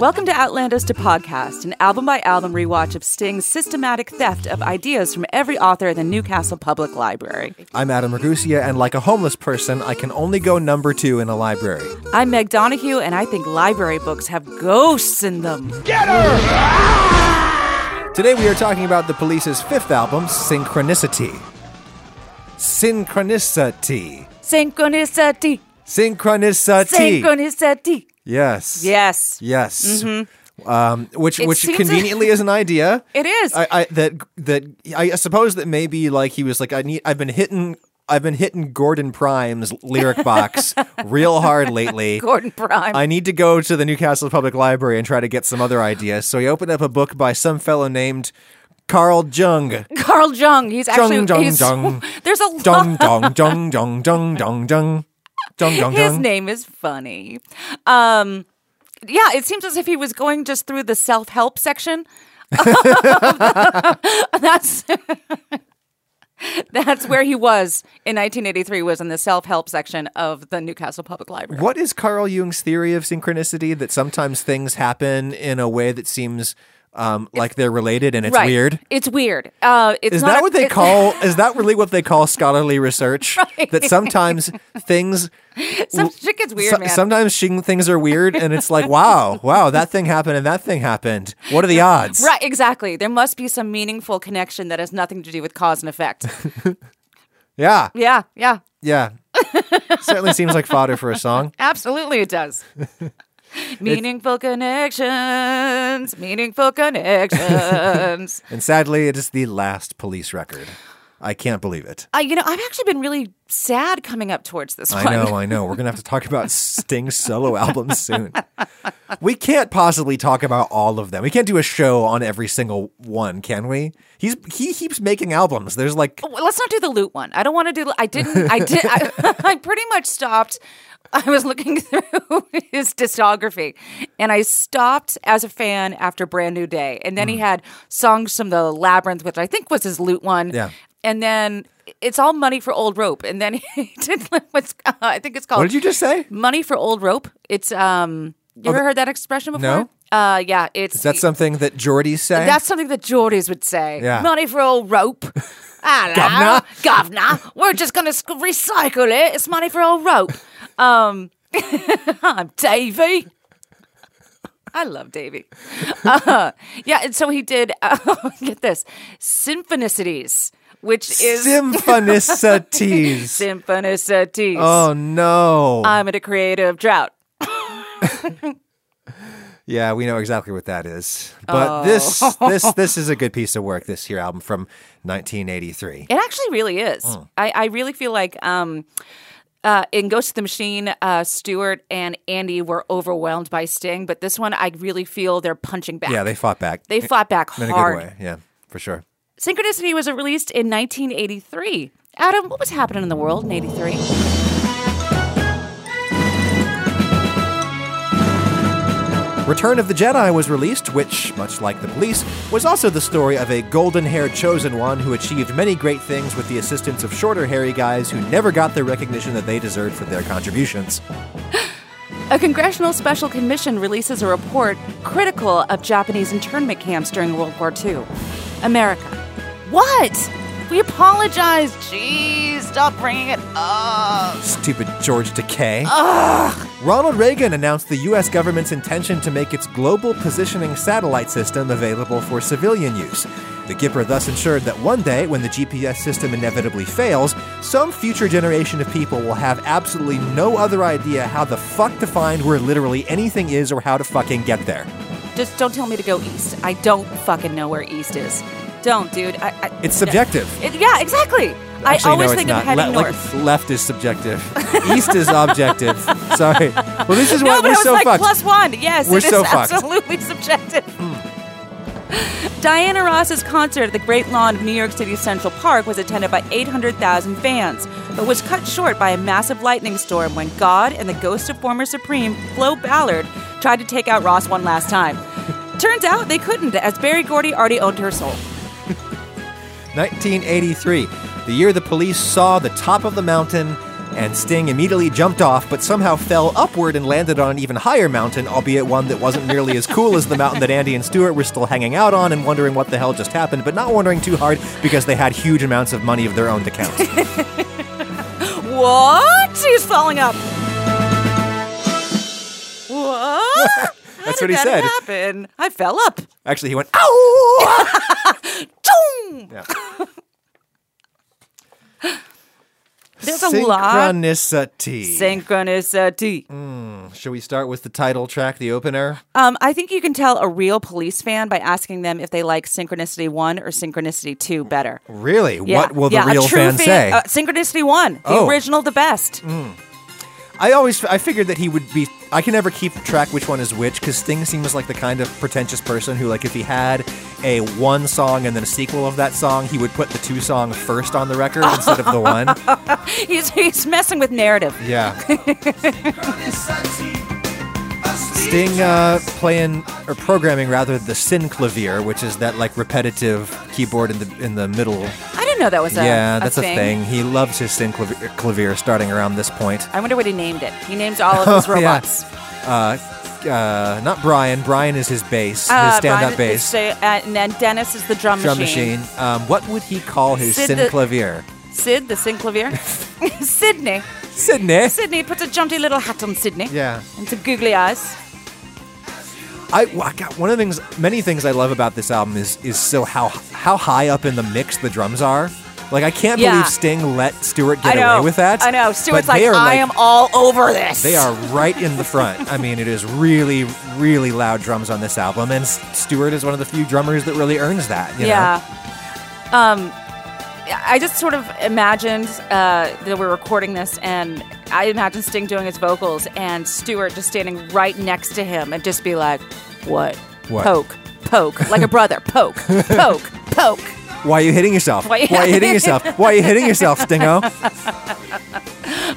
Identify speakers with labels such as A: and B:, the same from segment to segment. A: Welcome to Outlandos to Podcast, an album by album rewatch of Sting's systematic theft of ideas from every author at the Newcastle Public Library.
B: I'm Adam Ragusia, and like a homeless person, I can only go number two in a library.
A: I'm Meg Donahue, and I think library books have ghosts in them.
B: Today we are talking about the police's fifth album, Synchronicity. Synchronicity.
A: Synchronicity,
B: Synchronicity.
A: synchronicity.
B: yes.
A: Yes,
B: Yes. Um, which
A: Mm-hmm. It
B: which
A: seems-
B: conveniently is an idea.
A: it is.
B: I, I that that I suppose that maybe like he was like I need I've been hitting I've been hitting Gordon Prime's lyric box real hard lately.
A: Gordon Prime.
B: I need to go to the Newcastle Public Library and try to get some other ideas. So he opened up a book by some fellow named Carl Jung.
A: Carl Jung. He's actually.
B: Jung,
A: he's-
B: Jung.
A: There's a lot.
B: Jung, Jung, Jung, Jung, Jung, Jung, Jung. Jung, Jung,
A: His
B: Jung.
A: name is funny. Um, yeah, it seems as if he was going just through the self help section. that's that's where he was in 1983. Was in the self help section of the Newcastle Public Library.
B: What is Carl Jung's theory of synchronicity that sometimes things happen in a way that seems um, like they're related and it's
A: right.
B: weird?
A: It's weird. Uh, it's
B: Is
A: not
B: that
A: a-
B: what they
A: it-
B: call? Is that really what they call scholarly research? That sometimes things
A: Some shit gets weird,
B: So-
A: man.
B: sometimes shing things are weird, and it's like, wow, wow, that thing happened and that thing happened. What are the odds?
A: Right, exactly. There must be some meaningful connection that has nothing to do with cause and effect.
B: Yeah,
A: yeah, yeah.
B: yeah. Certainly seems like fodder for a song.
A: Absolutely, it does. meaningful connections, meaningful connections.
B: And sadly, it is the last police record. I can't believe it.
A: I, you know, I've actually been really sad coming up towards this one.
B: I know, I know. We're gonna have to talk about Sting's solo album soon. We can't possibly talk about all of them. We can't do a show on every single one, can we? He's he keeps making albums. There's like
A: Well, Let's not do the loot one. I don't want to do. I didn't. I did. I, I pretty much stopped. I was looking through his discography, and I stopped as a fan after Brand New Day, and
B: Mm.
A: then he had songs from the Labyrinth, which I think was his loot one.
B: Yeah.
A: And then it's all money for old rope, and then he did what's uh, I think it's called.
B: what did you just say?
A: money for old rope. It's um you ever heard that expression before? No. Uh yeah, it's
B: Oh, Is that something that Geordie said?
A: that's something that Geordies would say.
B: Yeah.
A: Money for old rope. Hello, governor. We're just gonna sc- recycle it. It's money for old rope. Um, I'm Davy. I love Davy. Uh, yeah, and so he did. Uh, get this, symphonicities, which is
B: Symphonicities.
A: symphonicities.
B: Oh no.
A: I'm in a creative drought.
B: yeah, we know exactly what that is. But this
A: Oh.
B: this this is a good piece of work this here album from 1983.
A: It actually really is.
B: Hmm.
A: I, I really feel like um, uh, in Ghost of the Machine, uh, Stuart and Andy were overwhelmed by Sting, but this one, I really feel they're punching back.
B: Yeah, they fought back.
A: they fought back
B: in a
A: hard.
B: good way. Yeah, for sure.
A: Synchronicity was released in 1983. Adam, what was happening in the world in 83?
B: Return of the Jedi was released, which, much like the police, was also the story of a golden haired chosen one who achieved many great things with the assistance of shorter hairy guys who never got the recognition that they deserved for their contributions.
A: A congressional special commission releases a report critical of Japanese internment camps during World War II. America. What? We apologize. Jeez, stop bringing it up.
B: Stupid George Decay. Ronald Reagan announced the U.S. government's intention to make its global positioning satellite system available for civilian use. The Gipper thus ensured that one day, when the GPS system inevitably fails, some future generation of people will have absolutely no other idea how the fuck to find where literally anything is or how to fucking get there.
A: Just don't tell me to go east. I don't fucking know where east is. Don't, dude. I, I,
B: It's subjective.
A: It- yeah, exactly.
B: Actually,
A: I always
B: no, it's
A: think
B: not.
A: of heading
B: Le- like,
A: north.
B: left is subjective. East is objective. Sorry. Well, this is why
A: no, but
B: we're
A: it was
B: so
A: like
B: fucked.
A: plus one. Yes,
B: We're
A: it is
B: so fucked.
A: absolutely subjective. Diana Ross's concert at the Great Lawn of New York City's Central Park was attended by 800,000 fans, but was cut short by a massive lightning storm when God and the ghost of former Supreme Flo Ballard tried to take out Ross one last time. Turns out they couldn't, as Barry Gordy already owned her soul.
B: 1983, the year the police saw the top of the mountain And Sting immediately jumped off, but somehow fell upward and landed on an even higher mountain, albeit one that wasn't nearly as cool as the mountain that Andy and Stuart were still hanging out on and wondering what the hell just happened, but not wondering too hard because they had huge amounts of money of their own to count.
A: What? He's falling up. What? How
B: That's
A: did
B: what he
A: that
B: said.
A: Happen? I fell up.
B: Actually, he went, ow!
A: Boom!
B: Yeah.
A: There's a lot.
B: Synchronicity.
A: Synchronicity.
B: Should we start with the title track, the opener?
A: Um, I think you can tell a real police fan by asking them if they like Synchronicity 1 or Synchronicity 2 better.
B: Really?
A: Yeah.
B: What will the
A: Yeah, a
B: real
A: true
B: fan, say?
A: Uh, Synchronicity 1, the
B: Oh.
A: original, the best.
B: I always I figured that he would be. I can never keep track which one is which because Sting seems like the kind of pretentious person who, like, if he had a one song and then a sequel of that song, he would put the two song first on the record instead of the one.
A: He's, he's messing with narrative.
B: Yeah. Sting uh, playing or programming rather the synclavier, which is that like repetitive keyboard in the in the middle
A: I didn't know that was a
B: yeah, that's a
A: thing.
B: thing. He loves his synth clav- clavier starting around this point.
A: I wonder what he named it. He names all of his
B: Oh, yeah.
A: robots.
B: Uh, not Brian. Brian is his bass,
A: Uh,
B: his stand
A: Brian
B: up
A: is
B: bass,
A: the- uh, and then Dennis is the drum,
B: drum machine. Um, what would he call his
A: Sid
B: synth
A: the-
B: clavier?
A: Sid, the synclavier. Sydney.
B: Sydney.
A: Sydney puts a jaunty little hat on Sydney.
B: Yeah.
A: And some googly eyes.
B: I, I got one of the things, many things I love about this album is is so how how high up in the mix the drums are. Like I can't
A: Yeah.
B: believe Sting let Stewart get
A: I know.
B: away with that.
A: I know.
B: but
A: Stuart's
B: they
A: like,
B: are,
A: I am all over this.
B: They are right in the front. I mean, it is really, really loud drums on this album, and S- Stewart is one of the few drummers that really earns that. You
A: yeah. Um, I just sort of imagined uh, that we're recording this, and I imagined Sting doing his vocals, and Stewart just standing right next to him, and just be like, "What?
B: What?
A: Poke, poke, like a brother. Poke, poke, poke."
B: know, why are you hitting yourself?
A: Why-
B: Why are you hitting yourself? Why are you hitting yourself, Stingo?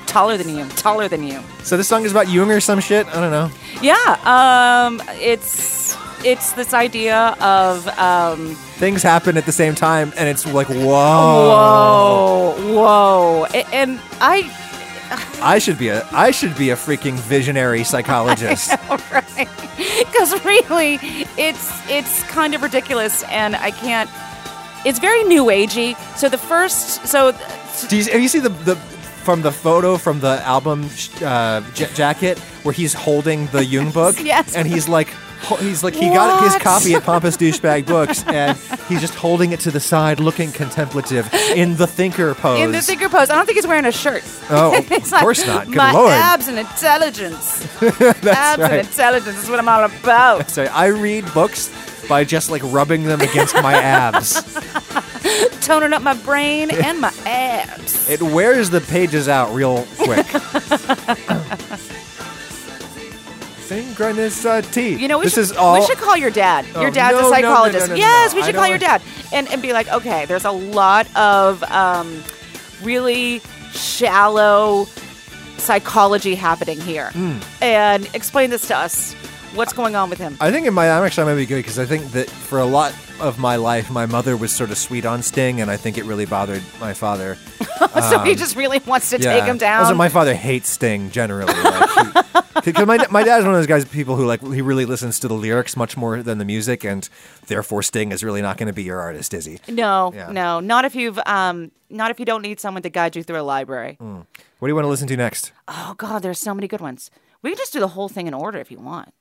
A: Taller than you. Taller than you.
B: So this song is about Jung or some shit. I don't know.
A: Yeah. Um, it's it's this idea of um,
B: Things happen at the same time, and it's like, whoa. Oh.
A: whoa, whoa, A- and I
B: I should be a, I should be a freaking visionary psychologist.
A: because really it's it's kind of ridiculous and i can't it's very new agey so the first so th-
B: Do you, have you seen the, the from the photo from the album uh, j- jacket where he's holding the Jung book?
A: Yes.
B: And he's like, ho- he's like, he got his
A: What?
B: copy at Pompous Douchebag Books, and he's just holding it to the side, looking contemplative in the thinker pose.
A: in the thinker pose i don't think he's wearing a shirt
B: Oh, of
A: It's like,
B: course not. Good
A: my
B: lord.
A: abs and intelligence abs
B: right.
A: and intelligence is what i'm all about
B: So I read books by just like rubbing them against my abs.
A: toning up my brain and my abs
B: It wears the pages out real quick. Synchronicity.
A: you know, we
B: uh, this
A: should,
B: is all
A: we should call your dad.
B: Oh,
A: Your dad's
B: no, no,
A: a
B: no, no,
A: psychologist.
B: no, no,
A: yes,
B: no.
A: we
B: I
A: should call
B: don't
A: your dad and, and be like, okay, there's a lot of um, really shallow psychology happening here.
B: Hmm.
A: And explain this to us. What's going on with him?
B: I think in my I'm actually I might be good because I think that for a lot of my life, my mother was sort of sweet on Sting, and I think it really bothered my father.
A: so he just really wants to
B: um, Yeah.
A: take him down.
B: Also, my father hates Sting generally. Because my, my dad's one of those guys, people who like, he really listens to the lyrics much more than the music, and therefore Sting is really not going to be your artist, is he?
A: no,
B: Yeah.
A: no, not if you've um, not if you don't need someone to guide you through a library.
B: Hmm. What do you want to listen to next?
A: Oh God, there's so many good ones. We can just do the whole thing in order if you want.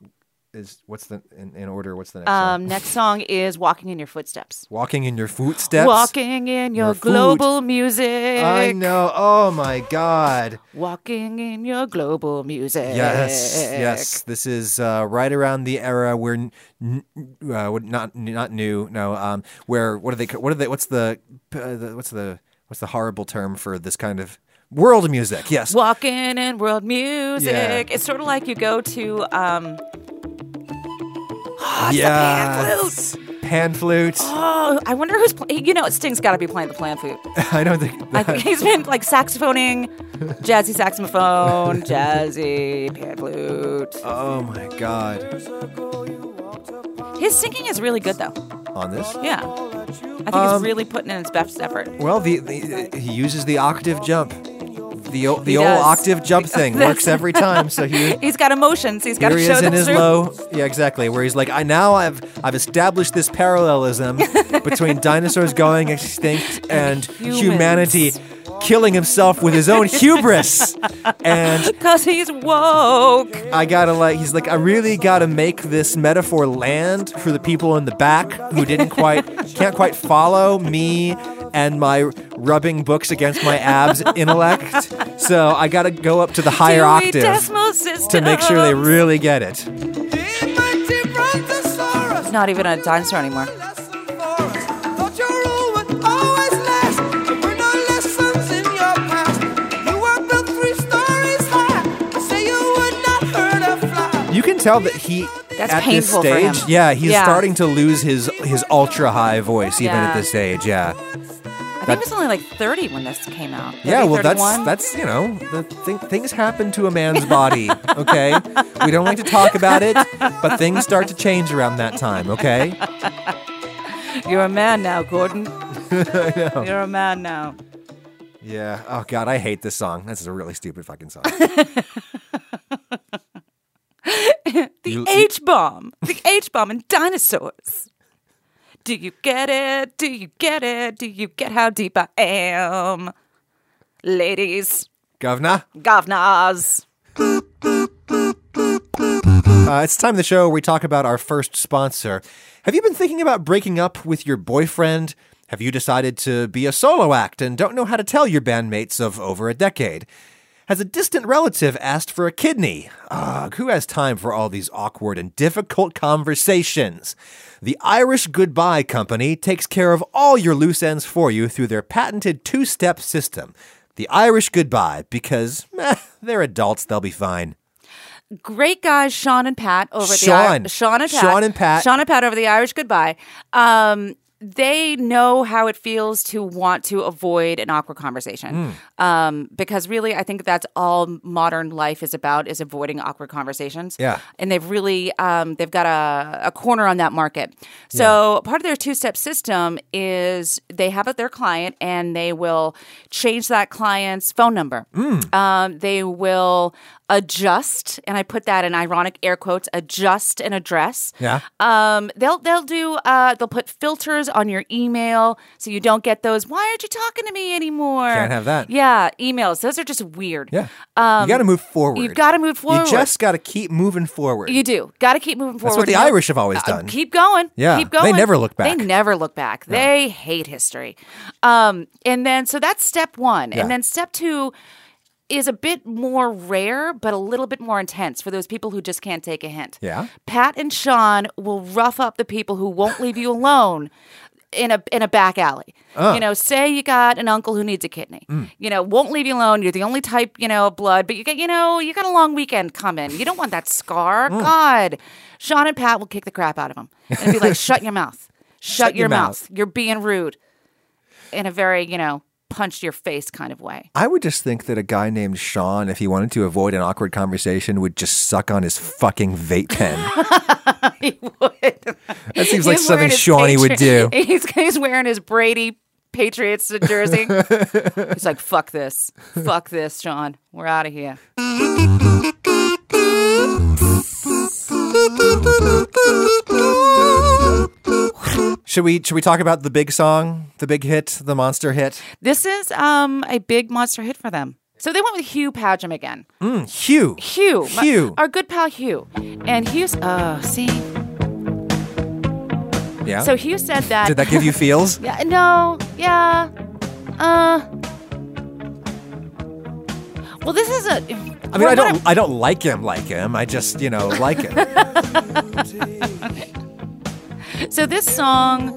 B: Is What's the, in, in order, what's the next song?
A: Um, next song is "Walking in Your Footsteps."
B: Walking in Your Footsteps?
A: Walking in your,
B: Your food.
A: global music.
B: I know. Oh my God.
A: Walking in your global music.
B: Yes, yes. This is uh, right around the era where n- n- uh, what- not not new, no. Um, where what are they? What are they? What's the, uh, the what's the what's the horrible term for this kind of world music? Yes,
A: Walking in world music.
B: Yeah.
A: It's sort of like you go to um
B: yes. Pan flute.
A: oh, I wonder who's playing. You know, Sting's got to be playing the plan flute.
B: I don't think.
A: I think he's been like saxophoning, jazzy saxophone, jazzy pan flute.
B: oh my god!
A: His singing is really good though.
B: On this.
A: Yeah. I
B: Um,
A: think he's really putting in his best effort.
B: Well, the, the he uses the octave jump. The, o- the
A: He
B: old
A: does.
B: octave jump thing works every time. So he,
A: He's got emotions. He's got
B: here
A: to
B: he
A: show
B: is in
A: them
B: his
A: through.
B: low. Yeah, exactly. Where he's like, I now I've I've established this parallelism between dinosaurs going extinct and
A: Humans.
B: humanity killing himself with his own hubris. and
A: Cause he's woke.
B: I gotta like, he's like, I really gotta make this metaphor land for the people in the back who didn't quite, can't quite follow me and my rubbing books against my abs intellect. So I gotta go up to the higher
A: Dewey
B: octave
A: Decimal
B: to
A: System.
B: make sure they really get it.
A: It's not even a dinosaur anymore.
B: You can tell that he.
A: That's
B: at this
A: painful for him.
B: stage, yeah, he's
A: Yeah.
B: starting to lose his his ultra high voice even at
A: Yeah.
B: this age.
A: I
B: Yeah, That-
A: think it was only like 30 when this came out. 30,
B: Yeah, well, that's
A: 31.
B: that's you know, the thing, things happen to a man's body. Okay, we don't like to talk about it, but things start to change around that time. Okay,
A: You're a man now, Gordon. You're a man now.
B: yeah. Oh God, I hate this song. This is a really stupid fucking song. You- you-
A: H bomb. The H bomb and dinosaurs. Do you get it? Do you get it? Do you get how deep I am? Ladies,
B: Governor,
A: governors.
B: uh, it's time of the show where we talk about our first sponsor. Have you been thinking about breaking up with your boyfriend? Have you decided to be a solo act and don't know how to tell your bandmates of over a decade? Has a distant relative asked for a kidney? Ugh, who has time for all these awkward and difficult conversations? The Irish Goodbye Company takes care of all your loose ends for you through their patented two step system. The Irish Goodbye, because meh, they're adults, they'll be fine.
A: Great guys, Sean and Pat over
B: Sean.
A: the Sean and Pat.
B: Sean and Pat.
A: Sean and Pat over the Irish goodbye. Um, they know how it feels to want to avoid an awkward conversation.
B: Hmm.
A: Um, because really, I think that's all modern life is about is avoiding awkward conversations.
B: Yeah.
A: and they've really um, they've got a, a corner on that market. So part of their two step system is they have their client and they will change that client's phone number. Um, they will adjust, and I put that in ironic air quotes, adjust an address.
B: Yeah.
A: Um, they'll they'll do uh, they'll put filters on your email so you don't get those. Why aren't you talking to me anymore?
B: Can't have that.
A: Yeah, emails. Those are just weird.
B: Yeah. you got to move forward.
A: You've Um, got to move forward.
B: You just got to keep moving forward.
A: You do. Got to keep moving forward.
B: That's what the
A: You know,
B: Irish have always done.
A: Keep going.
B: Yeah,
A: Keep
B: they
A: going.
B: never look back.
A: They never look back. They hate history. Um, and then, so that's step one.
B: Yeah.
A: And then step two is a bit more rare, but a little bit more intense for those people who just can't take a hint.
B: Yeah.
A: Pat and Sean will rough up the people who won't leave you alone in a in a back alley.
B: Oh.
A: You know, say you got an uncle who needs a kidney.
B: Mm.
A: You know, won't leave you alone. You're the only type, you know, of blood, but you get, you know, you got a long weekend coming. You don't want that scar.
B: Mm.
A: God. Sean and Pat will kick the crap out of him and be like, "Shut your mouth. Shut,
B: your
A: your
B: mouth.
A: mouth. You're being rude." In a very, you know, punch your face kind of way.
B: I would just think that a guy named Sean, if he wanted to avoid an awkward conversation, would just suck on his fucking vape pen.
A: he would.
B: That seems like
A: He's
B: something
A: wearing his
B: Shawnee would do.
A: Patri- He's, he's wearing his Brady Patriots jersey. he's like, fuck this. Fuck this, Sean. We're out of here.
B: Should we should we talk about the big song, the big hit, the monster hit?
A: This is um, a big monster hit for them. So they went with Hugh Padgham again.
B: Hugh.
A: Hugh. my-
B: Hmm? Hugh.
A: our good pal Hugh. And Hugh's, oh, see.
B: Yeah.
A: So Hugh said that.
B: Did that give you feels?
A: Yeah, no, yeah, uh. Well, this is a. I
B: I mean, I don't I don't like him like him. I just, you know, like him.
A: So this song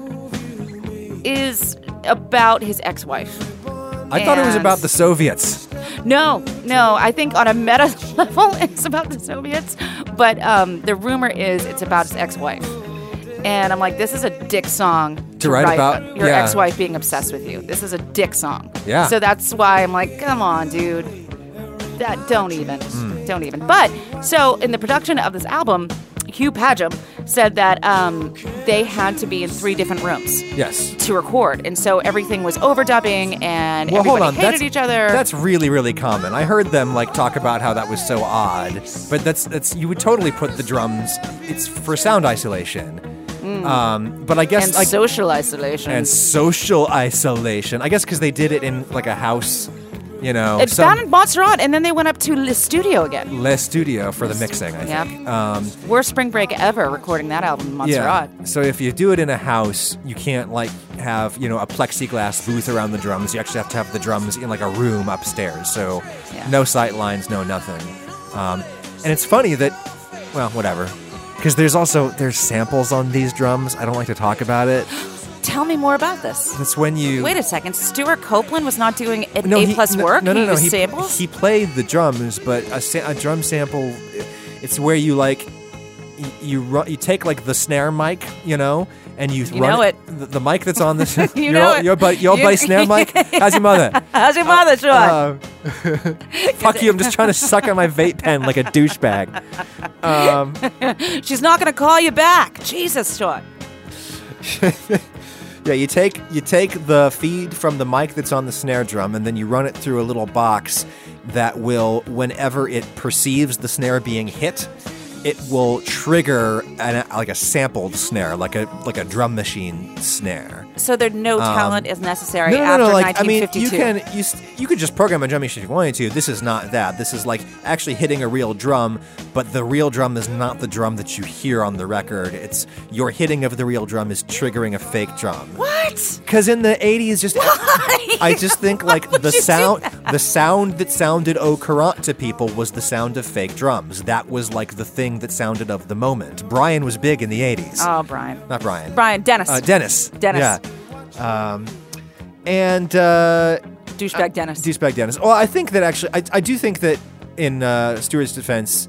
A: is about his ex-wife.
B: I thought it was
A: And-
B: about the Soviets.
A: No, no, I think on a meta level it's about the Soviets, but um, the rumor is it's about his ex-wife. And I'm like, this is a dick song to,
B: write about-
A: your
B: yeah.
A: ex-wife being obsessed with you. This is a dick song.
B: Yeah.
A: So that's why I'm like, come on, dude.
B: Hmm.
A: That don't even, don't even. But so in the production of this album, Hugh Padgham said that um, they had to be in three different rooms
B: Yes.
A: to record, and so everything was overdubbing, and
B: Well,
A: everybody
B: hold on.
A: hated
B: that's,
A: each other.
B: That's really, really common. I heard them like talk about how that was so odd, but that's that's you would totally put the drums. It's for sound isolation. Um, but I guess
A: Mm. and
B: like
A: social isolation.
B: and social isolation. I guess because they did it in like a house, you know,
A: it's
B: some-
A: down in Montserrat, and then they went up to the studio again.
B: less studio for the mixing. I think.
A: Yep. Worst spring break ever recording that album in Montserrat.
B: So if you do it in a house, you can't like have you know a plexiglass booth around the drums. You actually have to have the drums in like a room upstairs. So
A: Yeah.
B: no sight lines, no nothing. Um, and it's funny that, well, whatever, because there's also there's samples on these drums. I don't like to talk about it.
A: Tell me more about this.
B: It's when you
A: Wait a second. Stuart Copeland was not doing A,
B: no,
A: a
B: he-
A: plus
B: no,
A: work.
B: No, no,
A: he
B: no.
A: was
B: he,
A: samples.
B: he played the drums, but a, sa- a drum sample, it's where you like, you you, ru- you take like the snare mic, you know, and you,
A: You
B: run
A: know it.
B: The, the mic that's on this.
A: You
B: your,
A: know
B: old-
A: it.
B: Your, buddy- your old
A: You-
B: buddy snare mic. How's your mother?
A: How's your mother, Sean?
B: Um, fuck you! I'm just trying to suck on my vape pen like a douchebag.
A: She's not going to call you back. Jesus, Sean.
B: Yeah, you take you take the feed from the mic that's on the snare drum, and then you run it through a little box that will, whenever it perceives the snare being hit, it will trigger an, like a sampled snare, like a like a drum machine snare.
A: So there no talent is necessary
B: Um, No, no,
A: after
B: no, like I mean,
A: 1952.
B: you can you s- you could just program a drum machine if you wanted to. This is not that. This is like actually hitting a real drum, but the real drum is not the drum that you hear on the record. It's your hitting of the real drum is triggering a fake drum.
A: What?
B: Because in the '80s, just I just think like
A: would
B: the
A: you do
B: sound, the sound that sounded au courant to people was the sound of fake drums. That was like the thing that sounded of the moment. Brian was big in the '80s.
A: Oh, Brian.
B: Not Brian.
A: Brian, Dennis.
B: Uh, Dennis.
A: Dennis.
B: Yeah. Um, and uh,
A: Douchebag Dennis.
B: douchebag Dennis. Well, I think that actually, I, I do think that in uh, Stewart's defense,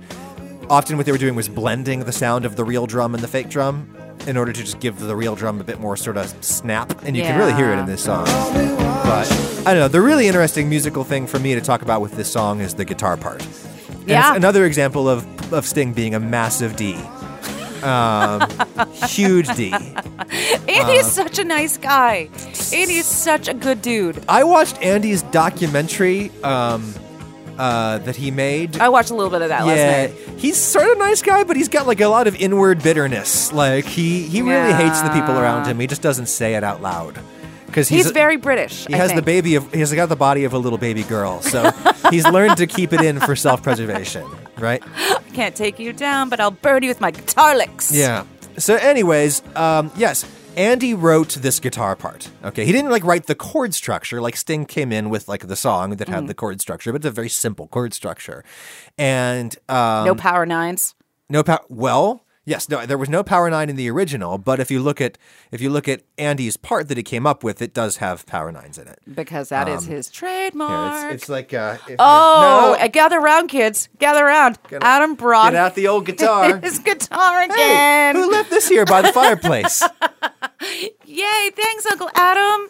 B: often what they were doing was blending the sound of the real drum and the fake drum in order to just give the real drum a bit more sort of snap, and you can really hear it in this song. But I don't know. The really interesting musical thing for me to talk about with this song is the guitar part. And
A: Yeah.
B: it's another example of of Sting being a massive D. Um, huge D.
A: and he's such a nice guy. And he's such a good dude.
B: I watched Andy's documentary um, uh, that he made
A: I watched a little bit of that
B: yeah,
A: last night.
B: he's sort of a nice guy, but he's got like a lot of inward bitterness. Like he he really hates the people around him. He just doesn't say it out loud because
A: He's,
B: he's,
A: very British.
B: He
A: I
B: has the
A: think.
B: baby of he's got the body of a little baby girl, so he's learned to keep it in for self preservation, right?
A: Can't take you down, but I'll burn you with my guitar licks.
B: Yeah. So, anyways, um, yes, Andy wrote this guitar part. Okay, he didn't like write the chord structure. Like Sting came in with like the song that had
A: Mm.
B: the chord structure, but it's a very simple chord structure, and um,
A: No power nines.
B: No power. Well, yes, no. There was no power nine in the original, but if you look at if you look at Andy's part that he came up with, it does have power nines in it.
A: Because that
B: um,
A: is his trademark.
B: like uh, if
A: oh, uh, gather round, kids. Gather round. Adam brought
B: get out the old guitar.
A: his guitar
B: Hey,
A: again.
B: who left this here by the fireplace?
A: Yay, thanks, Uncle Adam.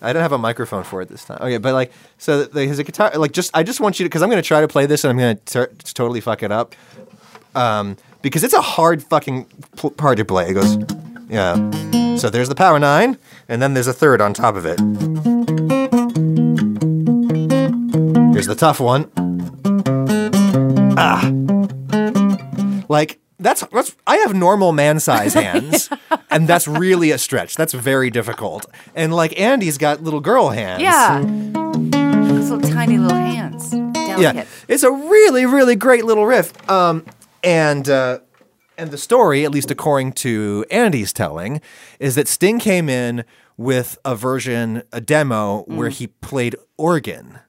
B: I don't have a microphone for it this time. Okay, but like, so the, his guitar, like, just I just want you to, because I'm gonna try to play this and I'm gonna ter- totally fuck it up, um, because it's a hard fucking pl- part to play. It goes, yeah. So there's the power nine, and then there's a third on top of it. Here's the tough one. Ah, like that's that's I have normal man size hands, and that's really a stretch. That's very difficult. And like Andy's got little girl hands.
A: Yeah. Those little tiny little hands. Delicate.
B: yeah, it's a really, really great little riff. Um, and uh, and the story, at least according to Andy's telling, is that Sting came in with a version, a demo where
A: Mm.
B: he played organ.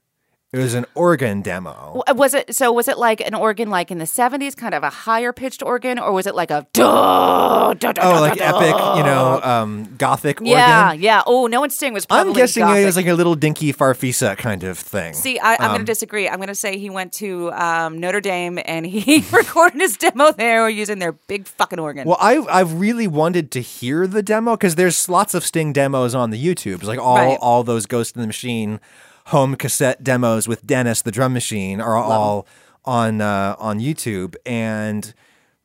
B: It was an organ demo.
A: W- Was it so? Was it like an organ, like in the seventies, kind of a higher pitched organ, or was it like a duh, duh, duh,
B: Oh,
A: duh,
B: like
A: duh, duh?
B: epic, you know, um, gothic
A: Yeah,
B: organ.
A: yeah. Oh, no one's Sting was. Probably
B: I'm guessing
A: gothic.
B: it was like um, a little dinky farfisa kind of thing.
A: See, I, I'm going to disagree. I'm going to say he went to um, Notre Dame and he recorded his demo there using their big fucking organ.
B: Well, I I really wanted to hear the demo because there's lots of Sting demos on the YouTube. It's like all
A: Right.
B: all those Ghost in the Machine home cassette demos with Dennis the drum machine are all on uh, on YouTube, and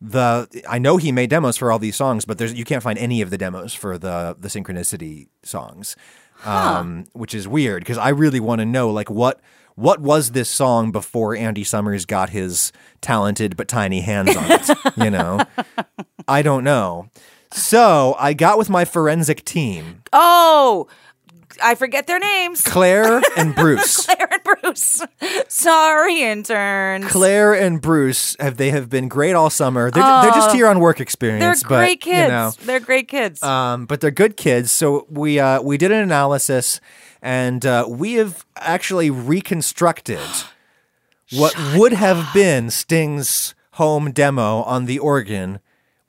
B: the I know he made demos for all these songs, but there's you can't find any of the demos for the the synchronicity songs, um, which is weird because I really want to know like what what was this song before Andy Summers got his talented but tiny hands on it. you know, I don't know. So I got with my forensic team,
A: Oh, I forget their names.
B: Claire and Bruce.
A: Claire and Bruce. Sorry, interns.
B: Claire and Bruce have they have been great all summer. They're, they're just here on work
A: Oh. They're
B: experience. but,
A: great kids.
B: You know,
A: They're great kids.
B: um, but they're good kids. So we uh, we did an analysis, and uh, we have actually reconstructed what would have been Sting's home demo on the organ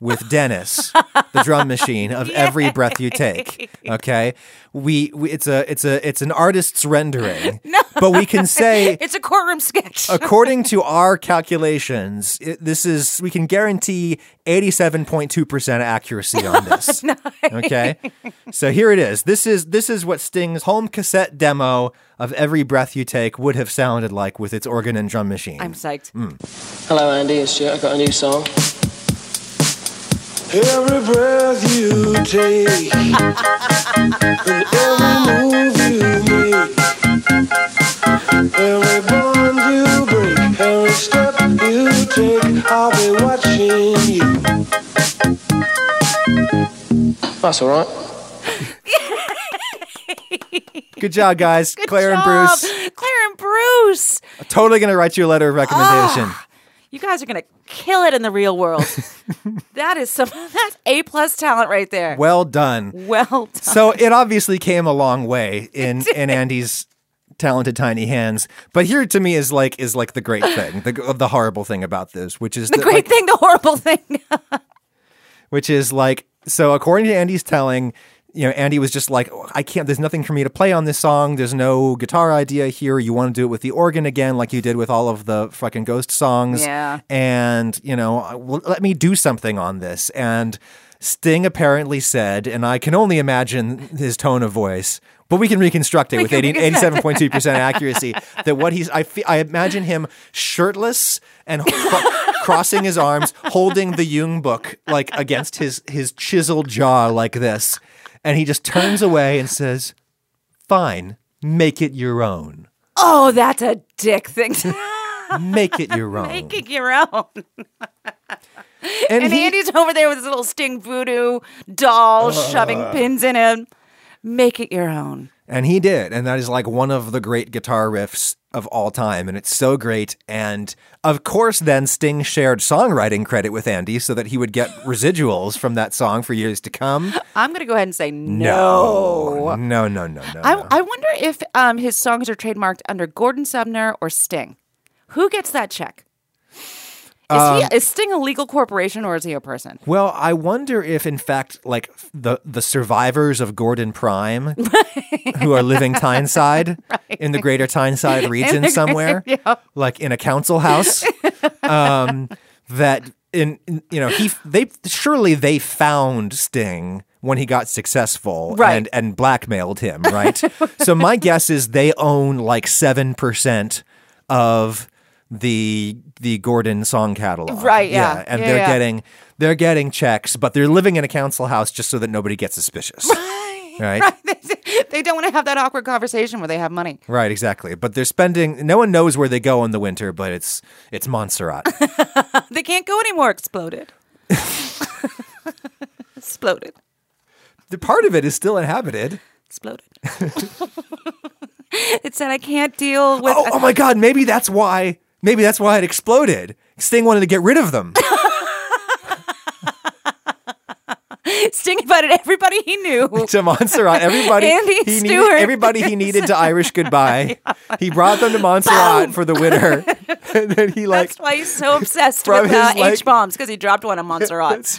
B: with Dennis, the drum machine of every breath you take. Okay, we, we it's a it's a it's an artist's rendering, but we can say
A: it's a courtroom sketch.
B: according to our calculations, it, this is we can guarantee 87.2% accuracy on this. Okay? So here it is. This is this is what Sting's home cassette demo of Every Breath You Take would have sounded like with its organ and drum machine.
A: I'm psyched.
C: Hello, Andy. It's Stuart. I've got a new song.
D: Every breath you take and every move you make, every bond you break, every step you take, I'll be watching you.
C: That's all right.
B: Good job guys. Claire and
A: Job.
B: Bruce.
A: Claire and Bruce.
B: Totally going to write you a letter of recommendation.
A: Ah. You guys are gonna kill it in the real world. that is some. That's A plus talent right there.
B: Well done.
A: Well done.
B: so it obviously came a long way in in Andy's talented tiny hands. But here to me is like is like the great thing, the the horrible thing about this, which is
A: the
B: that,
A: great
B: like,
A: thing, the horrible thing.
B: which is like so according to Andy's telling. You know, Andy was just like, "Oh, I can't, there's nothing for me to play on this song. There's no guitar idea here. You want to do it with the organ again, like you did with all of the fucking ghost songs.
A: Yeah.
B: And, you know, I- well, let me do something on this. And Sting apparently said, and I can only imagine his tone of voice, but we can reconstruct it with 80, 87.2% accuracy that what he's, I, fe- I imagine him shirtless and ho- crossing his arms, holding the Jung book like against his, his chiseled jaw like this. And he just turns away and says, fine, make it your own.
A: oh, that's a dick thing. to
B: Make it your own.
A: Make it your own.
B: And,
A: And
B: he-
A: Andy's over there with his little sting voodoo doll, shoving pins in him. Make it your own.
B: And he did. And that is like one of the great guitar riffs of all time. And it's so great. And of course, then Sting shared songwriting credit with Andy so that he would get residuals from that song for years to come.
A: I'm gonna go ahead and say
B: No. No, no, no, no.
A: I,
B: no.
A: I wonder if um, his songs are trademarked under Gordon Sumner or Sting. Who gets that check? Is,
B: Um,
A: he, is Sting a legal corporation or is he a person?
B: well, I wonder if, in fact, like the, the survivors of Gordon Prime who are living Tyneside in the greater Tyneside region somewhere, like in a council house. um, that in, in- you know he they surely they found Sting when he got successful
A: Right.
B: and and blackmailed him, right? so my guess is they own like 7% of the the Gordon song catalog.
A: Right, yeah.
B: Uh, and
A: Yeah,
B: they're
A: yeah.
B: getting they're getting checks, but they're living in a council house just so that nobody gets suspicious. Right. right.
A: they don't want to have that awkward conversation where they have money.
B: exactly. But they're spending no one knows where they go in the winter, but it's it's Montserrat.
A: They can't go anymore. Exploded. Exploded.
B: the part of it is still inhabited.
A: Exploded. it said, I can't deal with.
B: oh, oh my god, maybe that's why maybe that's why it exploded. Sting wanted to get rid of them.
A: Sting invited everybody he knew.
B: to Montserrat. Everybody
A: Andy
B: he needed-
A: Stewart.
B: everybody he needed to Irish goodbye. He brought them to Montserrat for the winter. and then he like
A: That's why he's so obsessed
B: From
A: with
B: his,
A: uh,
B: like-
A: H bombs because he dropped one on Montserrat.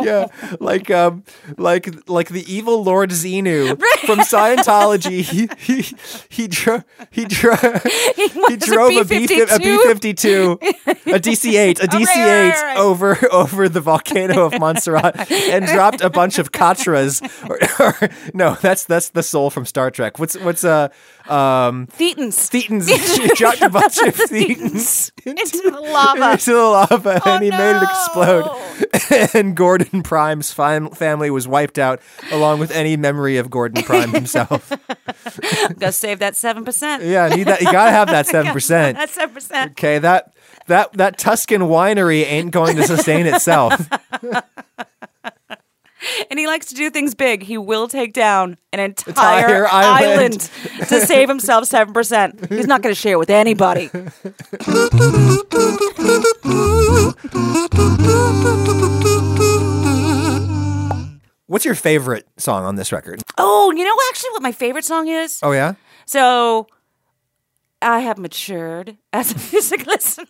B: yeah, like um, like like the evil Lord Xenu from Scientology. He he he dro- he, dro- he,
A: was a
B: drove a B
A: B-52.
B: fifty two, a DC eight, a DC
A: right,
B: eight
A: right, right.
B: over over the volcano of Montserrat, and dropped a bunch of katras. Or, or- no, that's that's the soul from Star Trek. What's what's uh um
A: Thetans.
B: thetans? dropped a bunch of
A: The Titans into the lava. Oh,
B: into the lava and he made
A: no.
B: it explode. and Gordon Prime's fam- family was wiped out along with any memory of Gordon Prime himself.
A: Go save that seven percent.
B: yeah, need that you got to have that 7%.
A: That's seven percent.
B: Okay, that that that Tuscan winery ain't going to sustain itself.
A: And he likes to do things big. He will take down an entire,
B: Entire
A: island.
B: island.
A: to save himself seven percent. He's not going to share with anybody.
B: What's your favorite song on this record?
A: Oh, you know actually what my favorite song is?
B: Oh yeah?
A: So I have matured as a music listener.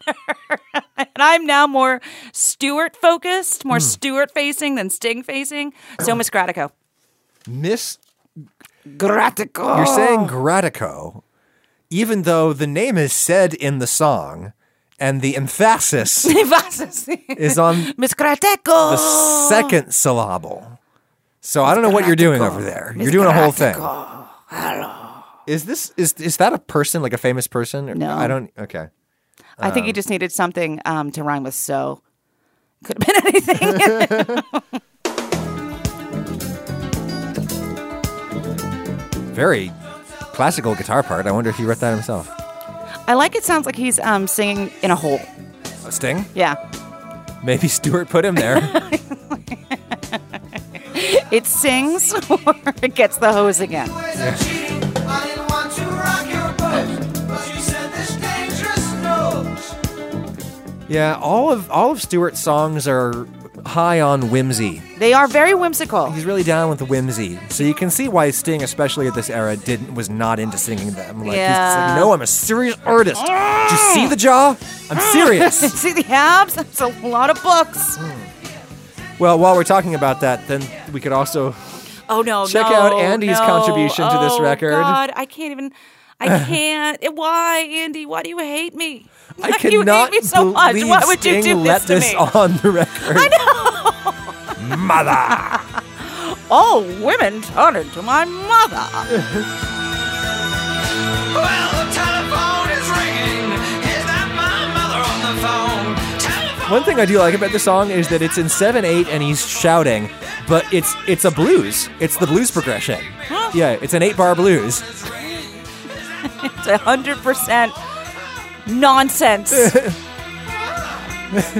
A: and I'm now more Stewart focused,
B: Hmm.
A: more Stewart facing than Sting facing. So Miss Gratico.
B: Miss
A: Gratico.
B: You're saying Gratico, even though the name is said in the song and the emphasis is on
A: Miss Gratico.
B: the second syllable. So I don't know what you're doing over there. You're doing a whole thing. Is this is is that a person like a famous person? Or,
A: No.
B: I don't. Okay.
A: I think you just needed something um, to rhyme with so. Could have been anything.
B: Very classical guitar part. I wonder if he wrote that himself.
A: I like it sounds like he's um, singing in a hole.
B: A sting?
A: Yeah.
B: Maybe Stewart put him there.
A: It sings or it gets the hose again.
B: yeah. All of all of Stewart's songs are high on whimsy.
A: They are very whimsical.
B: He's really down with the whimsy, so you can see why Sting, especially at this era, didn't was not into singing them. Like he's just
A: Yeah.
B: like, no, I'm a serious artist. Do you see the jaw? I'm serious.
A: See the abs? That's a lot of books.
B: well, while we're talking about that, then we could also
A: Oh no!
B: Check
A: no,
B: out Andy's
A: no.
B: contribution to this
A: Oh,
B: record.
A: God, I can't even. I can't. Eh, Why, Andy? Why do you hate me? Why
B: I
A: do you hate
B: cannot
A: me so much.
B: believe
A: Why would you do
B: Sting let
A: this to
B: this
A: me?
B: on the record. I know. Mother.
A: All women turn into my mother.
B: One thing I do like about the song is that it's in seven eight and he's shouting, but it's it's a blues. It's the blues progression. Yeah, it's an eight bar blues.
A: It's a hundred percent nonsense.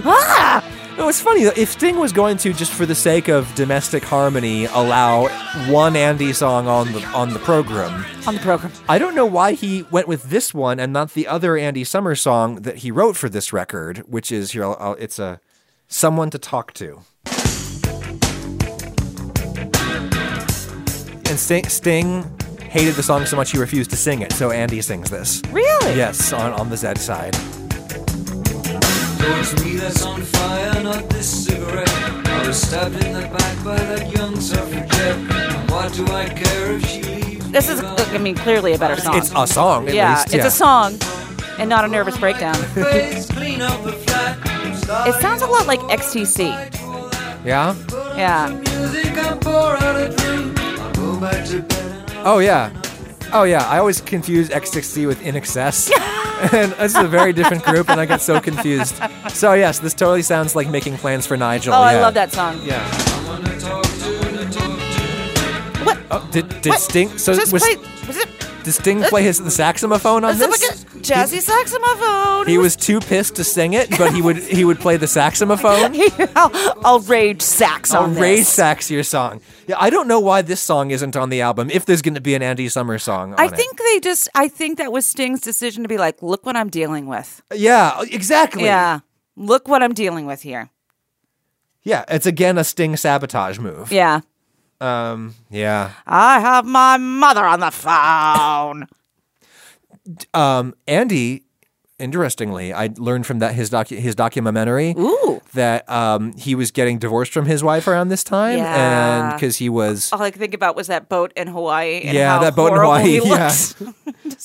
A: ah!
B: No, it's funny though. If Sting was going to just for the sake of domestic harmony allow one Andy song on the on the program,
A: On the program.
B: I don't know why he went with this one and not the other Andy Summers song that he wrote for this record, which is here. I'll, I'll, it's a someone to talk to. And Sting, Sting hated the song so much he refused to sing it, so Andy sings this.
A: Really?
B: Yes, on, on the Z side.
E: It's me that's on fire, not this cigarette. I was stabbed in the back by that young suffragette. And What do I care if she leaves? me
A: This is,
E: alone?
A: I mean, clearly a better song.
B: It's a song, at
A: yeah,
B: least.
A: it's a song, and not a nervous breakdown.
E: Face, clean up the flat. Start
A: It sounds a lot like XTC.
B: Yeah?
A: Yeah.
B: Oh,
E: music and pour out a drink. I'll go back to bed.
B: Oh yeah, oh yeah. I always confuse X6C with In Excess, and this is a very different group, and I get so confused. So yes, this totally sounds like making plans for Nigel.
A: Oh, I
B: yeah.
A: love that song.
B: Yeah.
E: Someone to talk to, to talk to.
A: What?
B: Oh, did did
A: What?
B: Sting? So
A: Just
B: was
A: play. Was it?
B: did Sting play his the saxophone on
A: Was it like
B: this?
A: a jazzy saxophone?
B: He was too pissed to sing it, but he would he would play the saxophone.
A: I'll, I'll rage sax
B: I'll
A: on this.
B: raise sax your song. Yeah, I don't know why this song isn't on the album. If there's going to be an Andy Summers song, on
A: I
B: it.
A: think they just. I think that was Sting's decision to be like, look what I'm dealing with.
B: Yeah, exactly.
A: Yeah. Look what I'm dealing with here.
B: yeah. It's again a Sting sabotage move.
A: Yeah.
B: yeah.
A: I have my mother on the phone.
B: Um, Andy, interestingly, I learned from that his docu- his documentary
A: Ooh.
B: that um, he was getting divorced from his wife around this time,
A: Yeah.
B: and because he was
A: All I could think about was that boat in Hawaii. And
B: yeah
A: how
B: that boat in
A: horrible
B: Hawaii,
A: He
B: yeah,
A: looks.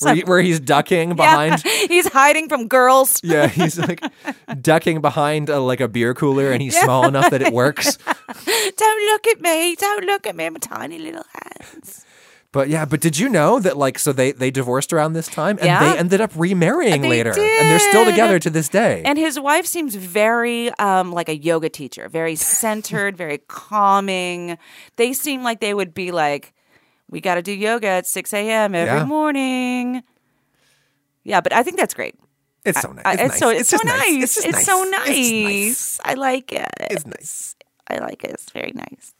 B: where, he- where he's ducking
A: Yeah.
B: behind.
A: He's hiding from girls.
B: Yeah, he's like ducking behind a, like a beer cooler, and he's small enough that it works.
A: Don't look at me. Don't look at me. My tiny little hands.
B: But yeah, but did you know that like so they they divorced around this time and
A: Yeah.
B: they ended up remarrying
A: They
B: later and they're still
A: did.
B: together to this day.
A: And his wife seems very um, like a yoga teacher, very centered, very calming. They seem like they would be like, we got to do yoga at 6 a.m. every
B: Yeah.
A: morning. Yeah, but I think that's great.
B: it's so nice.
A: I-
B: It's, nice.
A: so, Uh, it's, so
B: just
A: nice. It's,
B: just
A: so nice.
B: It's nice.
A: I like it.
B: It's nice.
A: I like it. It's very nice.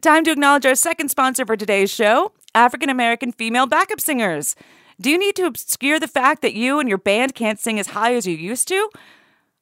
A: Time to acknowledge our second sponsor for today's show African American female backup singers. Do you need to obscure the fact that you and your band can't sing as high as you used to?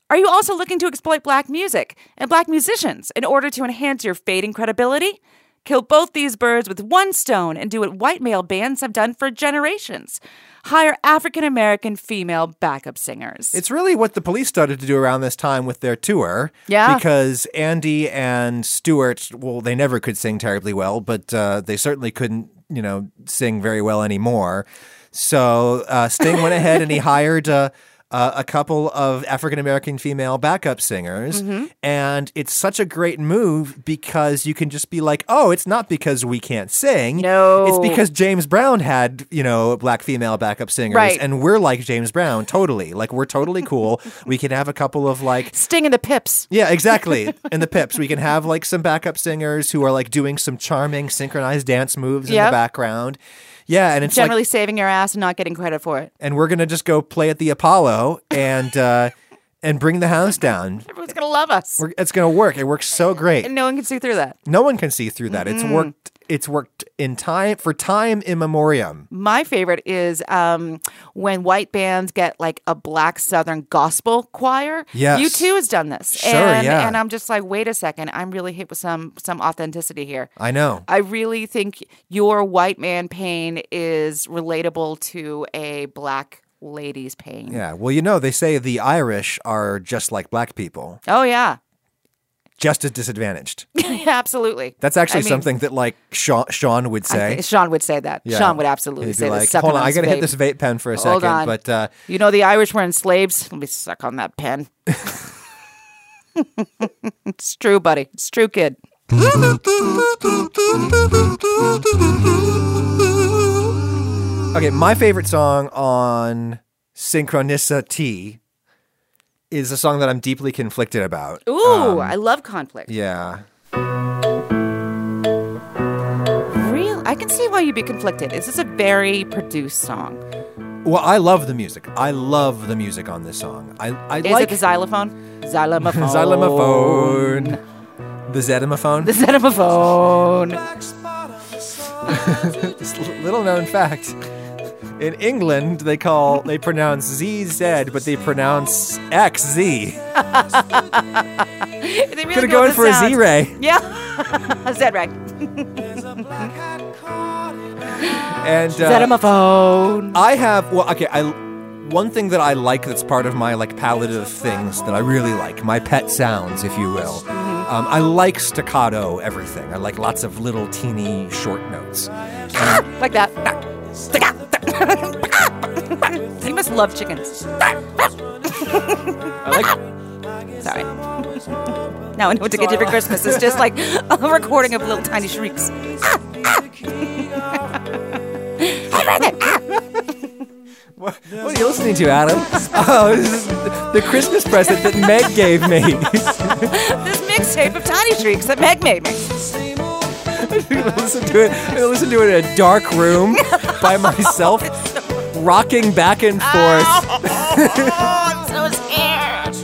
A: Are you also looking to exploit black music and black musicians in order to enhance your fading credibility? Kill both these birds with one stone and do what white male bands have done for generations hire African American female backup singers.
B: It's really what the police started to do around this time with their tour.
A: Yeah.
B: Because Andy and Stewart, well, they never could sing terribly well, but uh, they certainly couldn't, you know, sing very well anymore. So uh, Sting went ahead and he hired uh, uh, a couple of African American female backup singers. And it's such a great move because you can just be like, oh, it's not because we can't sing.
A: No.
B: It's because James Brown had, you know, black female backup singers.
A: Right.
B: And we're like James Brown, totally. Like we're totally cool. we can have a couple of like
A: Sting and the Pips.
B: yeah, exactly. And the pips. We can have like some backup singers who are like doing some charming synchronized dance moves in the
A: Yep.
B: background. Yeah, and it's like
A: Generally saving your ass and not getting credit for it.
B: and we're gonna just go play at the Apollo and uh and bring the house down.
A: Everyone's going to love us.
B: We're, it's gonna work. It works so great.
A: and no one can see through that.
B: No one can see through that. It's worked it's worked in time for time immemorium.
A: My favorite is um, when white bands get like a black Southern gospel choir.
B: Yes.
A: you too has done this.
B: Sure,
A: and,
B: yeah.
A: And I'm just like, wait a second, I'm really hit with some some authenticity here.
B: I know.
A: I really think your white man pain is relatable to a black lady's pain.
B: Yeah. Well, you know, they say the Irish are just like black people,
A: Oh yeah,
B: just as disadvantaged.
A: absolutely.
B: That's actually
A: I mean,
B: something that like Sean, Sean would
A: I
B: say.
A: think Sean would say that.
B: Yeah.
A: Sean would
B: He'd
A: absolutely
B: be
A: say
B: like,
A: this.
B: Hold on, I gotta hit this vape pen for a
A: Hold
B: second.
A: on.
B: But uh,
A: You know the Irish were enslaved. Let me suck on that pen. it's true, buddy. It's true, kid.
B: okay, my favorite song on Synchronicity is a song that I'm deeply conflicted about.
A: Ooh, I love conflict.
B: Um, Yeah.
A: Real, I can see why you'd be conflicted. This is a very produced song.
B: Well, I love the music. I love the music on this song. I, I
A: Is
B: like
A: it the xylophone? Xylophone.
B: xylophone. The xylophone.
A: The xylophone.
B: Just l- little known fact. In England, they call they pronounce ZZ, but they pronounce XZ.
A: They really
B: Could have
A: go
B: gone
A: with
B: for
A: the
B: a
A: sound.
B: Z-ray.
A: Yeah. Zed right.
B: And uh,
A: Xylophone.
B: I have well, okay. I one thing that I like that's part of my like palette of things that I really like, my pet sounds, if you will.
A: Mm-hmm.
B: Um, I like staccato everything. I like lots of little teeny short notes.
A: Like that. you must love chickens.
B: I like
A: Sorry. now I know what to get you for Christmas. It's just like a recording of little tiny shrieks. ah.
B: what, what are you listening to, Adam? Oh, this is the Christmas present that Meg gave me.
A: This mixtape of tiny shrieks that Meg made me.
B: listen to it. I listen to it in a dark room by myself, rocking back and forth.
A: So scared.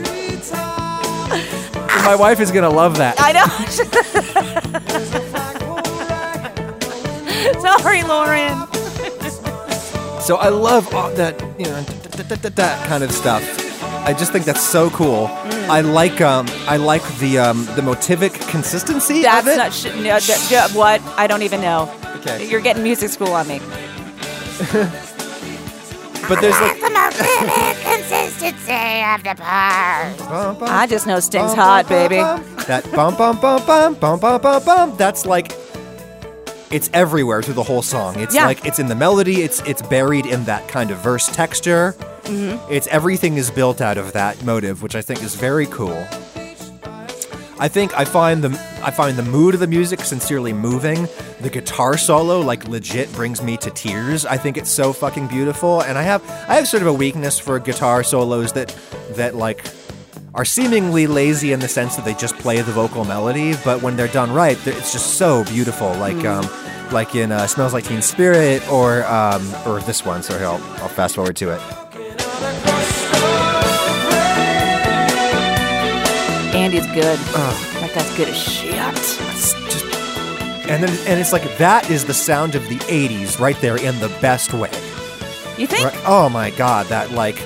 B: My wife is gonna love that.
A: I know. Sorry, Lauren.
B: So I love all that you know da- da- da- da- da kind of stuff. I just think that's so cool.
A: Mm.
B: I like um I like the um the motivic consistency
A: That's
B: of it.
A: not sh- no, d- d- what? I don't even know.
B: Okay.
A: You're getting music school on me.
B: but there's like
F: consistency of the part.
B: bum, bum,
A: I just know Sting's
B: bum,
A: hot,
B: bum,
A: baby.
B: bum, bum. That bum bum bum bum bum bum bum bum. That's like it's everywhere through the whole song. It's
A: Yeah.
B: like it's in the melody. It's it's buried in that kind of verse texture.
A: Mm-hmm.
B: It's everything is built out of that motive, which I think is very cool. I think I find the I find the mood of the music sincerely moving. The guitar solo like legit brings me to tears. I think it's so fucking beautiful and I have I have sort of a weakness for guitar solos that that like are seemingly lazy in the sense that they just play the vocal melody, but when they're done right, they're- it's just so beautiful. Like um like in uh, Smells Like Teen Spirit or um or this one, sorry, I'll, I'll fast forward to it.
A: And it's good. That guy's good as shit.
B: It's just- and then and it's like that is the sound of the 80s right there in the best way.
A: You think?
B: Right? Oh my god, that like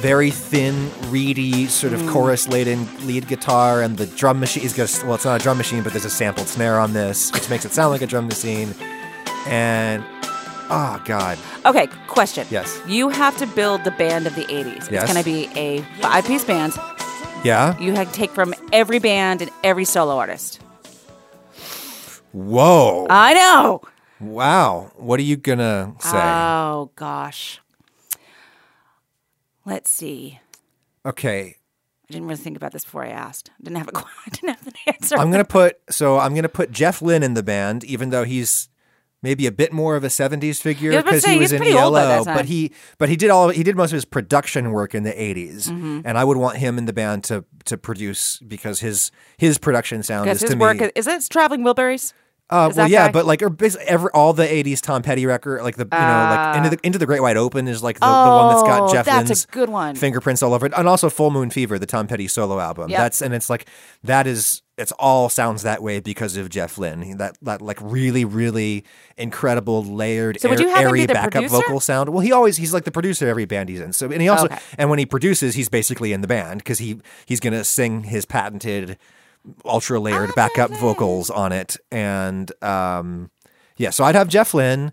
B: very thin, reedy, sort of chorus laden lead guitar and the drum machine is just well, it's not a drum machine, but there's a sampled snare on this, which makes it sound like a drum machine. And oh god.
A: Okay, question.
B: Yes.
A: You have to build the band of the 80s.
B: Yes.
A: It's going to be a five piece band.
B: Yeah?
A: You have to take from every band and every solo artist.
B: Whoa.
A: I know.
B: wow. What are you gonna say?
A: Oh, gosh. Let's see.
B: okay.
A: I didn't really think about this before I asked. I didn't have a, I didn't have an answer.
B: I'm gonna put so I'm gonna put Jeff Lynne in the band, even though he's maybe a bit more of a '70s figure
A: Yeah, I was about to
B: because
A: say,
B: he was
A: he's
B: in
A: pretty old by
B: ELO.
A: that time.
B: But he but he did all he did most of his production work in the '80s,
A: Mm-hmm.
B: and I would want him in the band to to produce because his his production sound is
A: Because his
B: to
A: work
B: me.
A: is, is it Traveling Wilburys?
B: uh,
A: is
B: well,
A: that
B: yeah,
A: guy?
B: but like or bas- every, all the '80s Tom Petty record, like the you know like into the into the Great Wide Open is like the, the one that's got
A: Ah. Oh,
B: Jeff
A: that's a
B: Lynne's
A: good one.
B: fingerprints all over it, and also Full Moon Fever, the Tom Petty solo album.
A: Yep.
B: That's and it's like that is it's all sounds that way because of Jeff Lynne. That that like really really incredible layered,
A: So would
B: air-
A: you have him
B: airy
A: be the
B: backup
A: producer?
B: vocal sound. Well, he always he's like the producer of every band he's in. So and he also
A: Okay.
B: and when he produces, he's basically in the band because he he's gonna sing his patented ultra layered backup vocals on it and um yeah so i'd have jeff lynne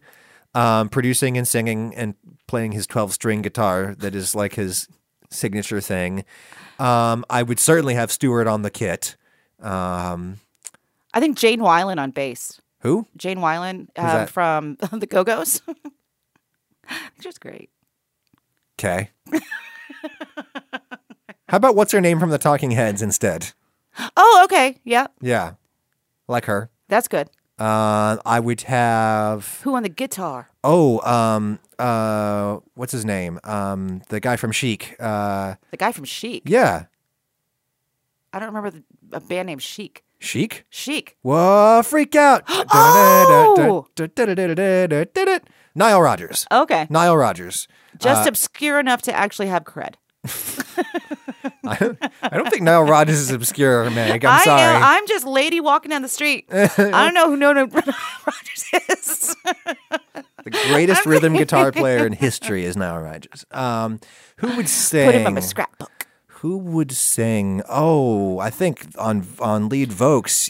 B: um, producing and singing and playing his 12 string guitar that is like his signature thing. Um, I would certainly have Stewart on the kit. Um,
A: I think Jane Weiland on bass.
B: who?
A: Jane Weiland uh,
B: that?
A: from the Go Go's. She's great.
B: Okay. How about what's her name from the Talking Heads instead?
A: Oh, okay. Yeah,
B: Yeah. Like her.
A: that's good.
B: Uh, I would have
A: Who on the guitar?
B: oh um uh what's his name um the guy from Chic uh
A: The guy from Chic.
B: yeah
A: I don't remember the, a band named Chic.
B: Chic
A: Chic.
B: Whoa, freak out.
A: Oh!
B: Nile Rodgers.
A: Okay.
B: Nile Rodgers.
A: Just
B: uh,
A: obscure enough to actually have cred.
B: I don't think Nile Rodgers is obscure, Meg.
A: I
B: I'm sorry.
A: know. I'm just lady walking down the street. I don't know who Nona Rogers is.
B: the greatest rhythm guitar player in history is Nile Rodgers. Um, who would sing?
A: Put him from a scrapbook.
B: Who would sing? Oh, I think on on lead Vokes,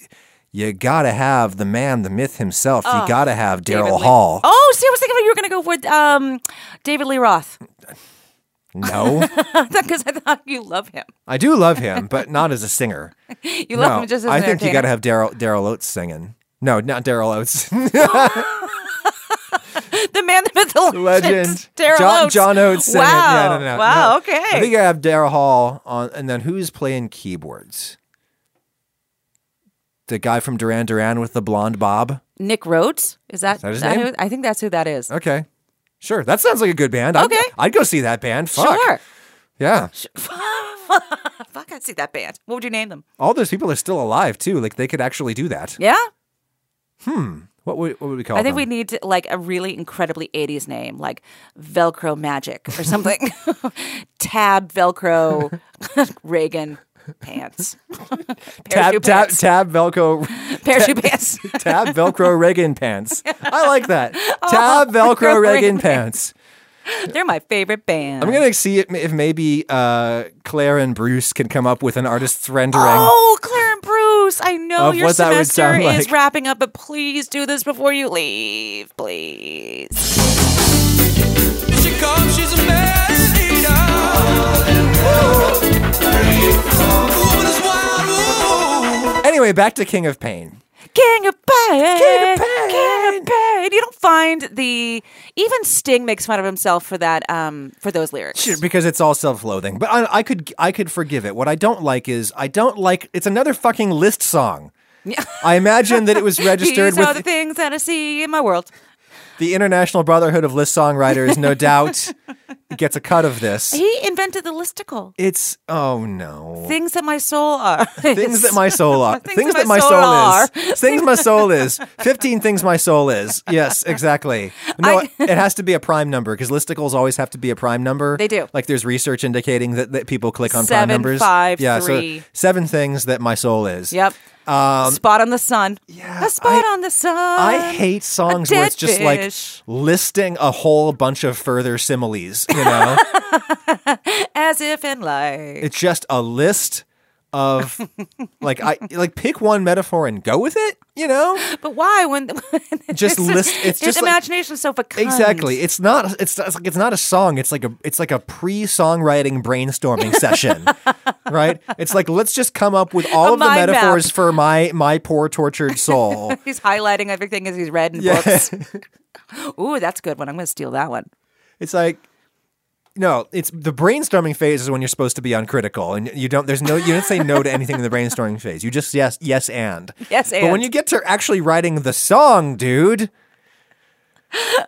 B: you gotta have the man, the myth himself. you gotta have
A: Oh, David
B: Daryl
A: Lee-
B: Hall.
A: Oh, see, I was thinking you were going to go with um, David Lee Roth
B: No,
A: because I thought you love him.
B: I do love him, but not as a singer.
A: You love
B: No,
A: him just as an
B: I think you got to
A: entertainer.
B: have Daryl Daryl Oates singing. No, not Daryl Oates.
A: the man, the myth, the
B: Legend.
A: Daryl
B: John,
A: Oates.
B: John Oates singing.
A: Wow.
B: Yeah, no, no, no,
A: wow.
B: no.
A: Okay.
B: I think I have Daryl Hall on, and then who's playing keyboards? The guy from Duran Duran with the blonde bob.
A: Nick Rhodes is that?
B: that his
A: that
B: name?
A: who- I think that's who that is.
B: Okay, sure. That sounds like a good band. I'd-
A: Okay.
B: I'd, go see that band. Fuck.
A: Sure.
B: Yeah.
A: Fuck, I'd see that band. What would you name them?
B: All those people are still alive too. Like they could actually do that.
A: Yeah,
B: What would what would we call?
A: I think
B: them?
A: we need to, like a really incredibly '80s name, like Velcro Magic or something. Tab Velcro Reagan pants.
B: tab
A: Parachute
B: tab
A: pants.
B: tab Velcro
A: Parachute pants.
B: Tab Velcro Reagan pants. I like that. Tab Velcro
A: Velcro
B: Reagan
A: Reagan
B: pants.
A: They're my favorite band.
B: I'm gonna see if, if maybe uh, Claire and Bruce can come up with an artist's rendering.
A: Oh, Claire and Bruce, I know
B: Of
A: your
B: what that would
A: semester
B: sound
A: is
B: like.
A: wrapping up, but please do this before you leave, please.
E: She comes, she's a man eater. Ooh, this wild, ooh.
B: Anyway, back to King of Pain.
A: King of Pain.
B: King of
A: King of Pain. You don't find the even Sting makes fun of himself for that um for those lyrics.
B: Sure, because it's all self-loathing. But I, I could I could forgive it. What I don't like is I don't like it's another fucking list song.
A: Yeah.
B: I imagine that it was registered
A: These are
B: with
A: the
B: the,
A: things that I see in my world.
B: International Brotherhood of List Songwriters, no doubt gets a cut of this.
A: He invented the listicle.
B: It's oh no.
A: Things that my soul are.
B: Things that my soul are.
A: Things that my soul
B: is. Things my soul is. 15 things my soul is. Yes, exactly. No,
A: I-
B: it has to be a prime number because listicles always have to be a prime number.
A: They do.
B: Like there's research indicating that, that people click on prime
A: Seven,
B: numbers.
A: five,
B: yeah,
A: three.
B: so seven things that my soul is.
A: Yep. spot on the sun.
B: Um, yeah,
A: A spot
B: I-
A: on the sun.
B: I hate songs where it's
A: dead
B: just like
A: fish.
B: listing a whole bunch of further similes, you know?
A: as if in life.
B: it's just a list of like I like pick one metaphor and go with it, you know?
A: But why? When, when
B: Just list- it's
A: his
B: just like-
A: imagination is so fecund.
B: Exactly. It's not it's, it's like it's not a song. It's like a it's like a pre-songwriting brainstorming session. right? It's like let's just come up with all
A: A
B: of the
A: mind map.
B: metaphors for my my poor tortured soul.
A: He's highlighting everything as he's read in
B: Yeah.
A: books. Ooh, that's a good one. I'm going to steal that one.
B: It's like no, it's the brainstorming phase is when you're supposed to be uncritical, and you don't. There's no, you don't say no to anything in the brainstorming phase. You just yes, yes, and
A: Yes,
B: But when
A: and.
B: you get to actually writing the song, dude,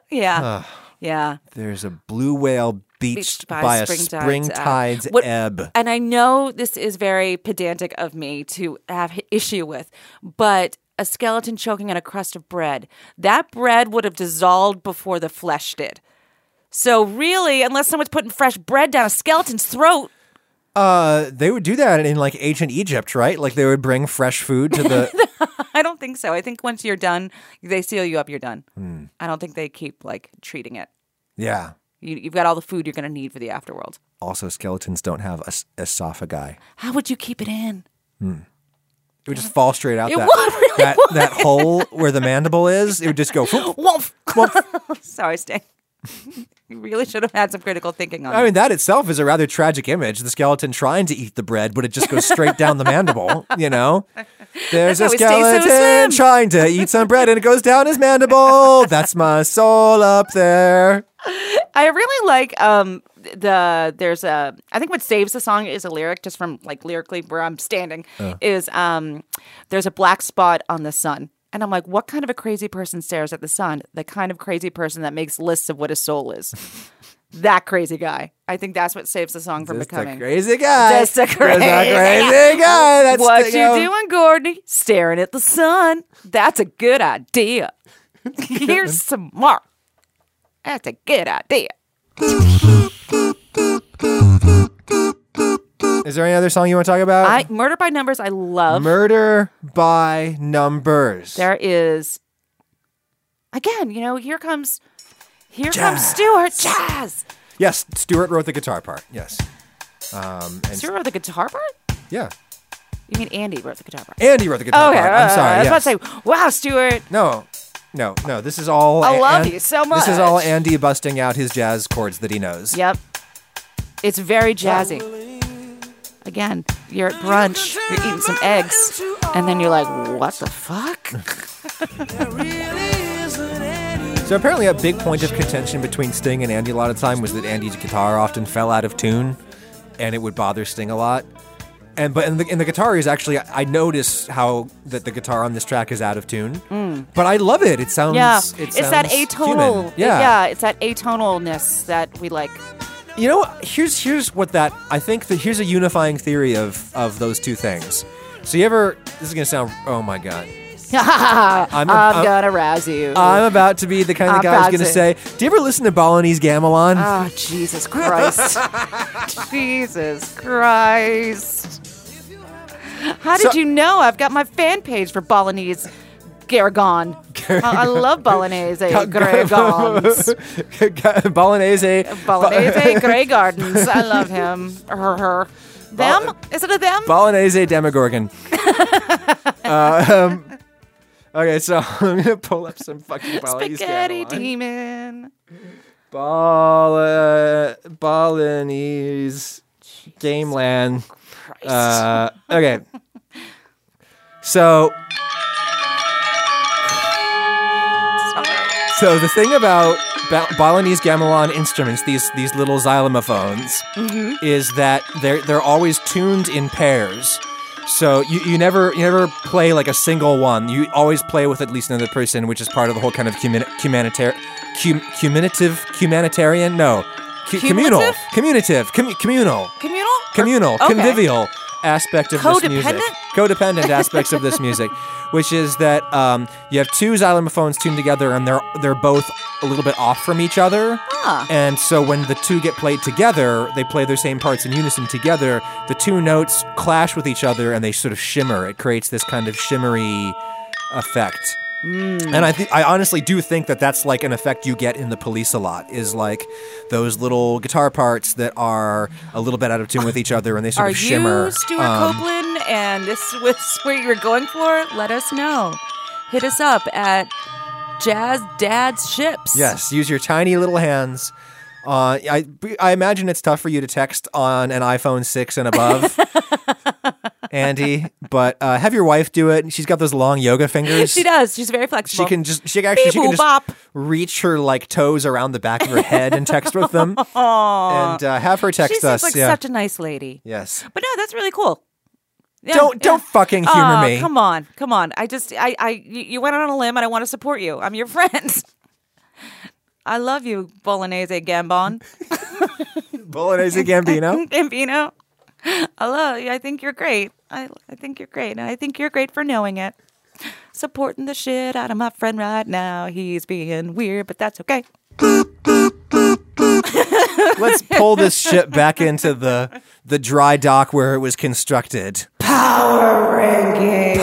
A: Yeah. yeah.
B: there's a blue whale beached,
A: Beached by
B: by, a
A: springtide's
B: spring
A: ebb.
B: tide's
A: What-
B: ebb.
A: And I know this is very pedantic of me to have h- issue with, but a skeleton choking on a crust of bread, that bread would have dissolved before the flesh did. So, really, unless someone's putting fresh bread down a skeleton's throat,
B: Uh, they would do that in like ancient Egypt, right? Like they would bring fresh food to the.
A: I don't think so. I think once you're done, they seal you up, you're done.
B: Hmm.
A: I don't think they keep like treating it.
B: yeah.
A: You, you've got all the food you're going to need for the afterworld.
B: Also, skeletons don't have es- esophagi.
A: How would you keep it in?
B: It would just fall straight out
A: It
B: that
A: would, really
B: that, that hole where the mandible is. It would just go.
A: Woof.
B: Woof.
A: Sorry, Sting. you really should have had some critical thinking on
B: I
A: that.
B: mean, that itself is a rather tragic image. The skeleton trying to eat the bread, but it just goes straight down the mandible, you know? There's
A: That's
B: a
A: how he stays so slim.
B: skeleton trying to eat some bread, and it goes down his mandible. That's my soul up there.
A: I really like um the there's a I think what saves the song is a lyric just from like lyrically where I'm standing is um there's a black spot on the sun. And I'm like, what kind of a crazy person stares at the sun? The kind of crazy person that makes lists of what his soul is. that crazy guy. I think that's what saves the song from
B: Just a
A: becoming.
B: crazy guy.
A: Just a
B: There's
A: crazy
B: crazy guy. That's
A: what
B: the-
A: you doing, Gordon? Staring at the sun. That's a good idea. You're smart. That's a good idea.
B: Is there any other song you want to talk about?
A: I Murder by Numbers. I love.
B: Murder by Numbers.
A: there is again you know here comes here comes stuart jazz
B: Yes, Stuart wrote the guitar part. Yes. Um, and
A: stuart wrote the guitar part
B: yeah.
A: you mean andy wrote the guitar part
B: And he wrote the guitar part. I'm
A: Oh, Uh,
B: sorry.
A: i was
B: yes.
A: about to say wow stuart
B: No, no, no. This is all.
A: I
B: A-
A: love
B: An-
A: you so
B: This is all
A: much.
B: Andy busting out his jazz chords that he knows.
A: yep it's very jazzy again you're at brunch you're eating some eggs and then you're like what the fuck
B: So apparently, a big point of contention between Sting and Andy a lot of time was that Andy's guitar often fell out of tune, and it would bother Sting a lot. And but in the, in the guitar is actually I notice how that the guitar on this track is out of tune, but I love it. It sounds
A: Mm. yeah
B: it
A: it's that
B: sounds
A: atonal
B: human. Yeah,
A: yeah it's that atonalness that we like
B: You know, here's here's what that I think that here's a unifying theory of of those two things. So you ever this is gonna sound oh my god. I'm, a-
A: i'm
B: I'm-
A: gonna rouse you
B: I'm about to be the kind of
A: I'm
B: guy who's
A: about
B: going to
A: to.
B: say, Do you ever listen to Balinese Gamelan?
A: Oh, Jesus Christ. Jesus Christ. How did
B: So-
A: you know? I've got my fan page for Balinese Garragon. I, I love Balinese Garragons.
B: Balinese.
A: Balinese Grey Gardens. I love him. Her, her. Them? Is it a them?
B: Balinese Demogorgon. Uh, um, okay, so I'm going to pull up some fucking Balinese
A: Spaghetti
B: Gamelan.
A: demon.
B: Bal- Balinese Uh, Gamelan.
A: Christ.
B: Uh, okay. So
A: Oh,
B: So the thing about ba- Balinese gamelan instruments, these these little xylophones, is that they're they're always tuned in pairs. So you, you never you never play like a single one. You always play with at least another person, which is part of the whole kind of humani- humanitar- cum- cumulative humanitarian no cu- communal
A: Cumulative?
B: commutative commu- communal
A: Communal? Or-
B: communal,
A: okay.
B: convivial aspect of this music.
A: Codependent?
B: Codependent aspects of this music, which is that um, you have two xylophones tuned together and they're they're both a little bit off from each other.
A: Ah.
B: And so when the two get played together, they play their same parts in unison together. The two notes clash with each other and they sort of shimmer. It creates this kind of shimmery effect. And I, th- I honestly do think that that's like an effect you get in the police a lot is like those little guitar parts that are a little bit out of tune with each other and they sort
A: Are
B: of shimmer.
A: you Stuart
B: Um,
A: Copeland and this was where you were going for? Let us know. Hit us up at Jazz Dad's Ships.
B: Yes, use your tiny little hands. Uh, I I imagine it's tough for you to text on an iPhone six and above, Andy. But uh, have your wife do it. She's got those long yoga fingers.
A: She does. She's very
B: She
A: flexible.
B: can just she actually she can
A: Beep, boop, bop.
B: just reach her like toes around the back of her head and text with them, and uh, have her text
A: She seems
B: us.
A: like
B: yeah.
A: such a nice lady.
B: yes.
A: But no, that's really cool. Yeah,
B: Don't- don't fucking humor
A: Aw,
B: me.
A: Oh, Come on, come on. I just I I you you went out on a limb, and I want to support you. I'm your friend. I love you, Bolognese Gambon
B: Bolognese Gambino.
A: Gambino. I love you. I think you're great. I I think you're great, and I think you're great for knowing it. Supporting the shit out of my friend right now. He's being weird, but that's okay.
B: Let's pull this ship back into the the dry dock where it was constructed. Power rankings.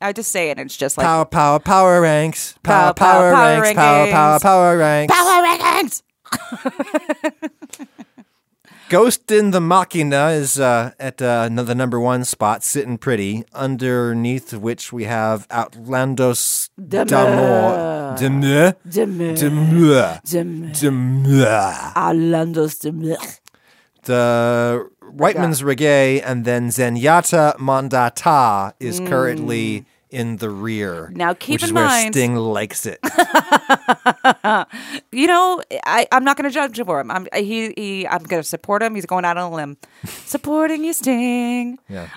A: I just say it, and it's just like
B: Power power power ranks. Power
A: Pow,
B: power,
A: pow, power
B: ranks. Power power
A: rankings.
B: power ranks.
A: power rankings.
B: Ghost in the Machina is uh, at uh, the number one spot, sitting pretty, underneath which we have Outlandos Demur. Demur. Demur. Demur. Demur.
A: Orlando's the
B: The Whiteman's Reggae and then Zenyatta Mandata is currently in the rear.
A: Mm. Now keep
B: which
A: in
B: is where
A: mind-
B: Sting likes it.
A: you know, I, I'm not going to judge for him. I'm he, he I'm going to support him. He's going out on a limb, supporting you, Sting.
B: Yeah.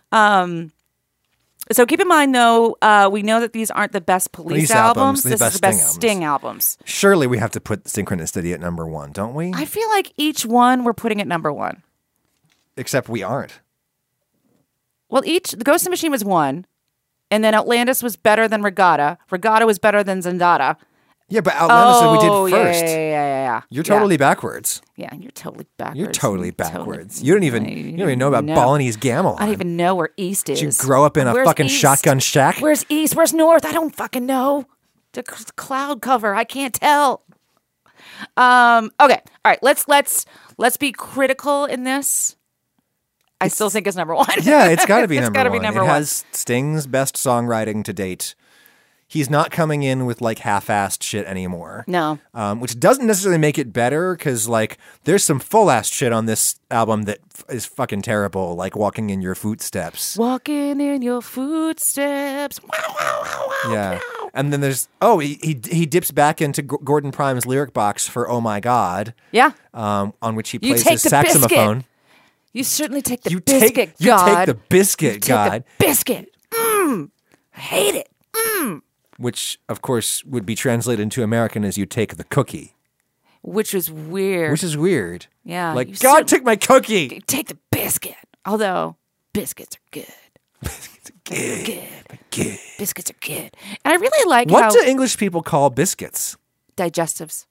A: So keep in mind, though, uh, we know that these aren't the best Police,
B: Police albums,
A: albums.
B: the
A: This
B: best
A: is the best
B: Sting
A: Sting albums.
B: Surely we have to put Synchronicity at number one, don't we?
A: I feel like each one we're putting at number one.
B: Except we aren't.
A: Well, each the Ghost in the Machine was one, and then Outlandis was better than Regatta. Regatta was better than Zendata.
B: Yeah, but Outlandos
A: oh,
B: we did first.
A: Yeah, yeah, yeah, yeah, yeah.
B: You're
A: Yeah.
B: totally backwards.
A: yeah. you're totally backwards.
B: You're
A: Totally-
B: totally backwards. You don't even you don't even know about
A: No.
B: Balinese gamelon.
A: I don't even know where East is.
B: Did you grow up in a
A: Where's
B: fucking
A: East?
B: shotgun shack?
A: Where's east? Where's north? I don't fucking know. The c- cloud cover. I can't tell. Um. Okay. All right. Let's let's let's be critical in this. I still think it's number one.
B: yeah, it's got to be
A: It's
B: number
A: gotta be
B: one.
A: number
B: it
A: one.
B: has Sting's best songwriting to date. He's not coming in with like half-assed shit anymore.
A: No.
B: um, which doesn't necessarily make it better because like there's some full-ass shit on this album that f- is fucking terrible, like "Walking in Your Footsteps."
A: Walking in your footsteps. Wow, wow, wow, wow.
B: Yeah. And then there's oh he he, he dips back into G- Gordon Prime's lyric box for "Oh My God,"
A: Yeah.
B: um, on which he
A: You
B: plays
A: take
B: his
A: the biscuit.
B: saxophone.
A: You certainly take the
B: You
A: biscuit,
B: take you
A: God.
B: take the biscuit,
A: Take the
B: God,
A: biscuit. Mmm. I hate it.
B: which of course would be translated into American as "you take the cookie,"
A: Which is weird.
B: which is weird.
A: Yeah,
B: like
A: you
B: God
A: cer-
B: took my cookie.
A: take the biscuit. Although biscuits are good.
B: Good, good.
A: Biscuits are good. And I really like how
B: What do English people call biscuits?
A: digestives.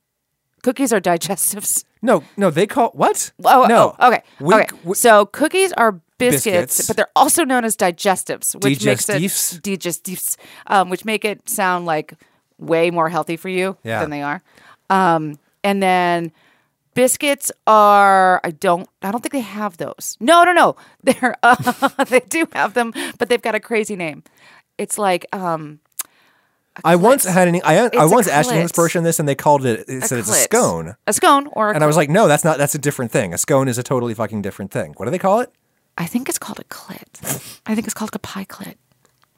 A: Cookies are digestives.
B: No, no, they call what?
A: Oh,
B: no.
A: oh, okay.
B: We-
A: okay.
B: we-
A: so cookies are biscuits,
B: Biscuits.
A: but they're also known as digestives, which makes
B: Digestifs?
A: it digestives, um, which make it sound like way more healthy for you
B: Yeah.
A: than they are. Um, and then biscuits are I don't I don't think they have those. No, no, no. They're uh, they do have them, but they've got a crazy name. It's like um,
B: I once had an I, I
A: a
B: once asked an English
A: clit.
B: person this, and they called it. It said it's a
A: clit.
B: scone,
A: a scone, or a
B: and I was like, no, that's not. That's a different thing. A scone is a totally fucking different thing. What do they call it?
A: I think it's called a clit. I think it's called a pie clit.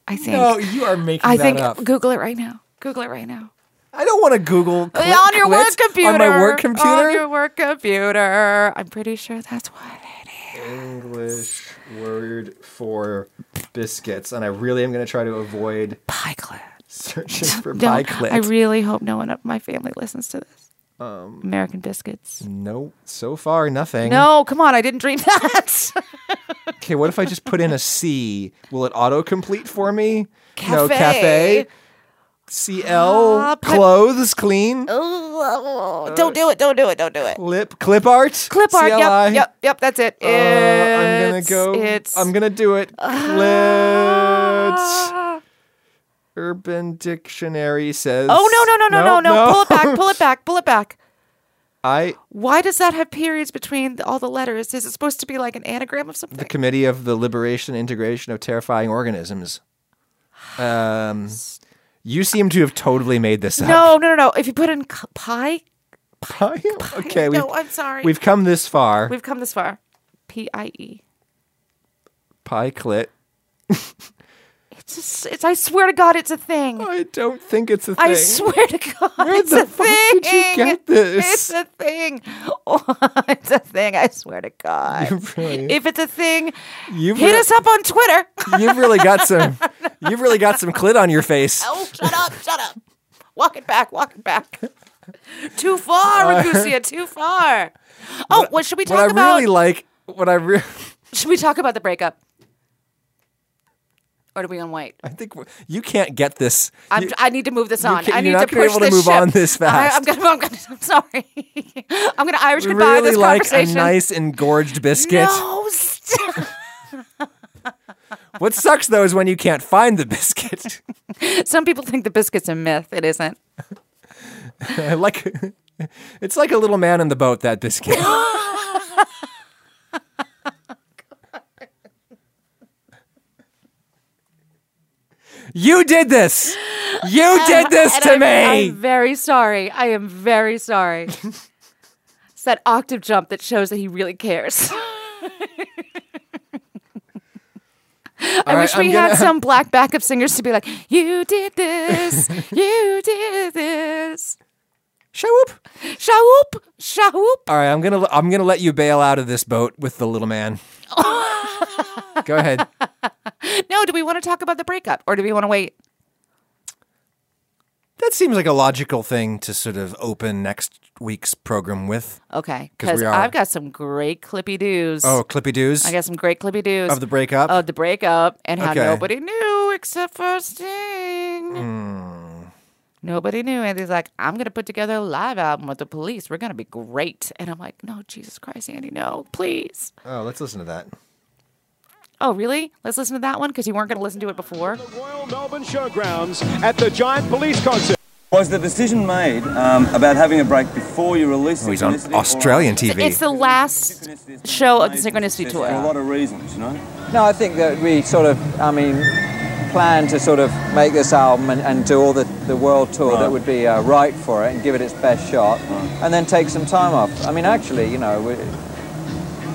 A: I think.
B: No, you are making
A: I
B: that
A: think
B: up.
A: Google it right now. Google it right now.
B: I don't want to Google click,
A: on your work
B: clicks
A: computer.
B: On my work computer.
A: On your work computer. I'm pretty sure that's what it is.
F: English word for biscuits, and I really am going to try to avoid
A: Pie clan.
F: searching for
A: No,
F: bike.
B: clit.
A: I really hope no one of my family listens to this.
B: Um,
A: American biscuits.
F: No, so far nothing.
A: No, come on, I didn't dream that.
F: Okay, what if I just put in a C? Will it autocomplete for me? No,
A: Cafe.
F: cafe. CL,
A: Ah, but-
F: clothes, clean, Uh,
A: Oh, don't do it, don't do it, don't do it.
F: clip, clip art.
A: Clip art,
F: CLI.
A: yep, yep, yep, that's it.
F: Uh, I'm gonna
A: It's-
F: go.
A: It's
F: I'm gonna do it. Clit.
A: Ah.
F: Urban Dictionary says.
A: Oh no, no, no, no, no, no. Pull it back, pull it back, pull it back.
F: I,
A: Why does that have periods between all the letters? Is it supposed to be like an anagram of something?
F: the Committee of the Liberation and Integration of Terrifying Organisms. Um, you seem to have totally made this up.
A: no, no, no, no. If you put in c- pie,
F: okay, we've,
A: no, I'm sorry.
F: we've come this far.
A: we've come this far. P I E.
F: Pie clit.
A: It's, just, it's. I swear to God, it's a thing.
F: I don't think it's a thing.
A: I swear to God,
F: Where
A: it's
F: the
A: a
F: fuck
A: thing.
F: did you get this?
A: It's a thing. Oh, it's a thing. I swear to God.
F: really-
A: if it's a thing,
F: You've
A: hit
F: re-
A: us up on Twitter.
B: You've really got some. You've really got some clit on your face.
A: oh, shut up! Shut up! Walk it back. Walk it back. too far, Ragusia. Too far. Oh, what should we
B: Uh, What
A: talk
B: I
A: about?
B: really like. What I really.
A: should we talk about the breakup? Or do we on white?
B: I think w- you can't get this.
A: I'm,
B: Uh, You-
A: I need to move this on.
B: can't-
A: I
B: you're
A: need
B: not
A: to
B: gonna be
A: push
B: able to
A: this
B: move
A: ship.
B: on this
A: I, am
B: fast.
A: gonna. I'm gonna. I'm sorry. I'm gonna Irish
B: we
A: goodbye
B: really
A: this
B: like a
A: conversation.
B: nice engorged biscuit.
A: no, stop.
B: What sucks though is when you can't find the biscuit.
A: Some people think the biscuit's a myth. It isn't.
B: I like it's like a little man in the boat that biscuit. you did this. You did this
A: And
B: to
A: I'm-
B: me.
A: I'm very sorry. I am very sorry. it's that octave jump that shows that he really cares. I
B: right,
A: wish we
B: I'm
A: had
B: gonna-
A: some black backup singers to be like, "You did this. you did this."
B: Shawoop.
A: Shawoop, shawoop.
B: All right, I'm going to I'm going to let you bail out of this boat with the little man. Go ahead.
A: No, do we want to talk about the breakup or do we want to wait?
B: That seems like a logical thing to sort of open next week's program with.
A: Okay,
B: 'Cause we
A: because
B: are-
A: I've got some great clippy doos.
B: Oh, Clippy Doos.
A: I got some great clippy doos
B: Of the breakup?
A: Of the breakup, and how
B: Okay.
A: nobody knew except for Sting.
B: Hmm.
A: Nobody knew, and he's like, "I'm gonna put together a live album with the police. We're gonna be great." And I'm like, "No, Jesus Christ, Andy, no, please."
F: oh, let's listen to that.
A: Oh, really? Let's listen to that one because you weren't gonna listen to it before.
G: Royal Melbourne Showgrounds at the Giant Police Concert.
H: Was the decision made um, about having a break before you released?
B: Oh, he's on
H: Synchronicity or-
B: Australian TV.
A: It's the last show of the Synchronicity
H: For a
A: tour.
H: lot of reasons, you know.
I: No, I think that we sort of, I mean, plan to sort of make this album and, and do all the, the world tour that would be uh, right for it and give it its best shot and then take some time off. I mean, actually, you know, we,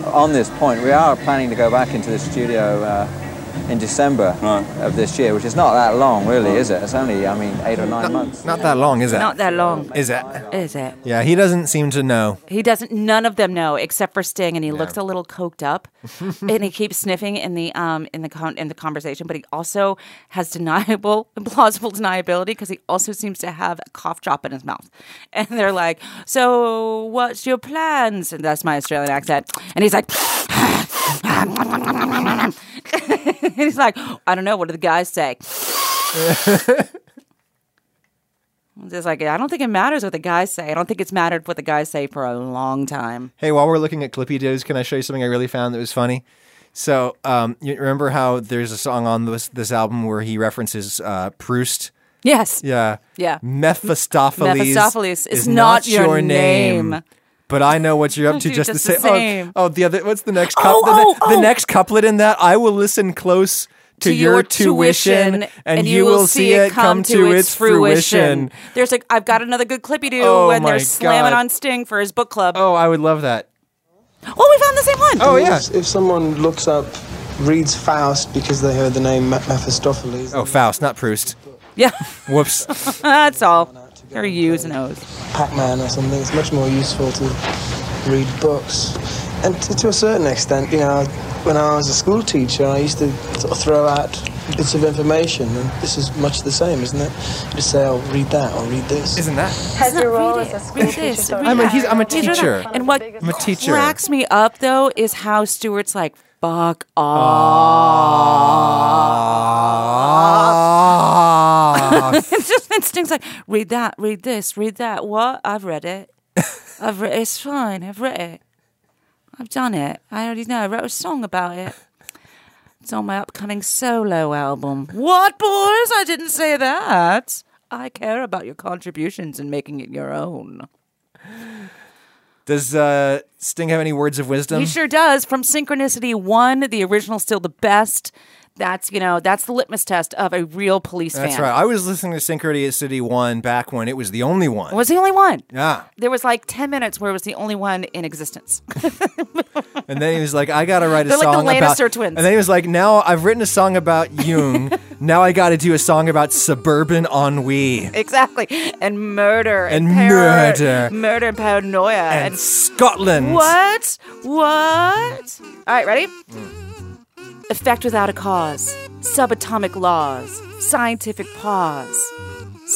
I: on this point, we are planning to go back into the studio uh, in December
H: Right.
I: of this year, which is not that long, really, is it? It's only, I mean, eight or nine months.
B: Not that long, is it?
A: Not that long,
B: Is it?
A: is it?
B: Yeah, he doesn't seem to know.
A: He doesn't. None of them know except for Sting, and he looks a little coked up, and he keeps sniffing in the um in the con- in the conversation. But he also has deniable, plausible deniability because he also seems to have a cough drop in his mouth. And they're like, "So, what's your plans?" And that's my Australian accent. And he's like. and he's like, I don't know. What do the guys say? Just like, I don't think it matters what the guys say. I don't think it's mattered what the guys say for a long time.
F: Hey, while we're looking at Clippy Doos, can I show you something I really found that was funny? So, um, you remember how there's a song on this this album where he references uh, Proust?
A: Yes.
B: Yeah.
A: Yeah.
B: Mephistopheles,
A: Mephistopheles is not your name.
B: But I know what you're up to
A: Do
B: just,
A: just
B: the
A: the
B: same.
A: same.
B: Oh, oh, the other what's the next
A: Oh,
B: couplet? the, ne-
A: oh,
B: the
A: oh.
B: next couplet in that I will listen close to,
A: to
B: your, tuition, and, you will see it come to its fruition.
A: There's like I've got another good clippy do
B: Oh
A: when
B: my
A: they're slamming
B: God.
A: on Sting for his book club. Oh,
B: Oh, I would love that.
A: we found the same one.
B: Oh yeah.
J: If someone looks up, reads Faust because they heard the name Mephistopheles.
B: Oh, Faust, not Proust.
A: Yeah,
B: Whoops.
A: that's all. There are U's and O's.
D: Pac-Man or something. It's much more useful to read books. And to, to a certain extent, you know, when I was a school teacher, I used to sort of throw out bits of information, and this is much the same, isn't it? Just say, "I'll read that," or "Read this."
B: Isn't that?
A: Has your role as a school teacher?
B: I'm a- he's- I'm a teacher.
A: And what
B: I'm a teacher.
A: cracks me up though is how Stewart's like, "Fuck off."
B: Ah.
A: it's just instincts like, "Read that. Read this. Read that." What? I've read it. I've read. It's fine. I've read it. I've done it. I already know. I wrote a song about it. It's on my upcoming solo album. What, boys? I didn't say that. I care about your contributions and making it your own.
B: Does uh, Sting have any words of wisdom?
A: He sure does. From Synchronicity One, the original still the best. That's you know that's the litmus test of a real police
B: That's
A: fan.
B: right. I was listening to Synchronicity One back when it was the only one.
A: Was the only one.
B: yeah.
A: There was like ten minutes where it was the only one in existence.
B: And then he was like, I gotta write a
A: They're like the
B: song about.
A: Lannister twins.
B: And then he was like, Now I've written a song about Jung. now I gotta do a song about suburban ennui
A: exactly. And murder and,
B: And
A: par-
B: murder.
A: murder and paranoia
B: and
A: and,
B: Scotland.
A: what what? All right, ready? Effect without a cause. Subatomic laws. Scientific pause.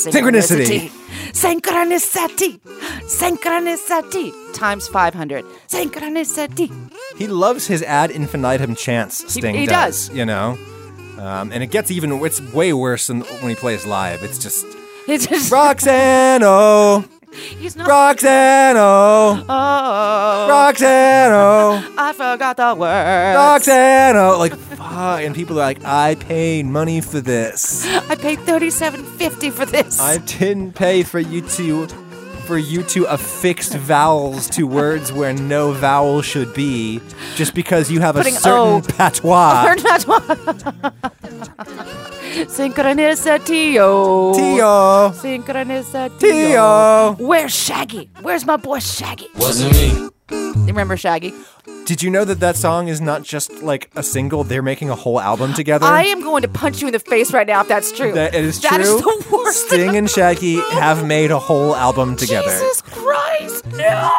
B: Synchronicity.
A: Synchronicity. Synchronicity. Times 500. Synchronicity.
B: He loves his ad infinitum chants. Sting
A: he
B: does,
A: does.
B: You know, um, and it gets even. It's way worse than when he plays live. It's just
A: It's just,
B: Roxanne oh,
A: he's not.
B: Roxanne oh,
A: Oh,
B: Roxanne oh,
A: I forgot the word.
B: Roxanne oh. Like fuck, and people are like, I paid money for this.
A: I paid thirty-seven fifty for this.
B: I didn't pay for you to, for you to affix vowels to words where no vowel should be, just because you have
A: Putting
B: a certain
A: O.
B: patois.
A: Learned that one. Synchronicity.
B: Tio.
A: Synchronicity.
B: Tio.
A: Where's Shaggy? Where's my boy Shaggy?
K: Wasn't me.
A: Remember Shaggy?
B: Did you know that that song is not just like a single? They're making a whole album together.
A: I am going to punch you in the face right now if that's true.
B: that is true.
A: That is the worst thing
B: Sting and Shaggy have made a whole album together.
A: Jesus Christ, no!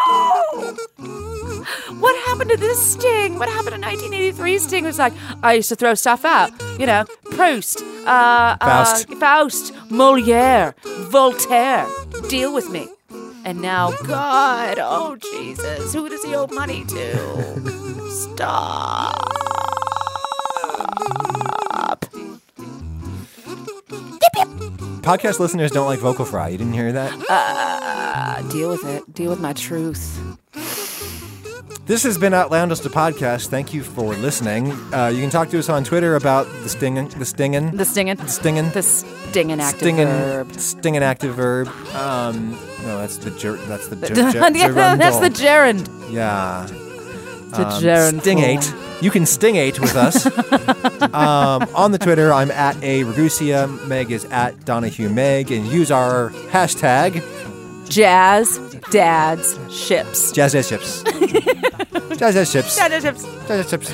A: What happened to this Sting? What happened to 1983 Sting? It was like, I used to throw stuff out. You know, Proust, uh,
B: Faust.
A: Uh, Faust, Moliere, Voltaire. Deal with me. And now, God, oh Jesus, who does he owe money to? Stop.
B: Podcast listeners don't like vocal fry. You didn't hear that?
A: Deal with it. Deal with my truth.
B: This has been Outlandish the podcast. Thank you for listening. Uh, you can talk to us on Twitter about the stinging, the stinging,
A: The stinging.
B: stinging,
A: The stinging active
B: stinging,
A: verb.
B: stinging active verb. Um, no, that's the ger- that's the ger- ger-
A: yeah, that's the
B: gerundle.
A: gerund.
B: yeah.
A: The
B: um,
A: gerund.
B: Stingate.
A: form.
B: You can Stingate with us. um, on the Twitter, I'm at A Ragusia. Meg is at Donahue Meg. And use our hashtag
A: Jazz dads ships.
B: Jazz Jazz Chips. Jazz Jazz Chips.
A: Jazz Dad ships.
B: Jazz Jazz Chips.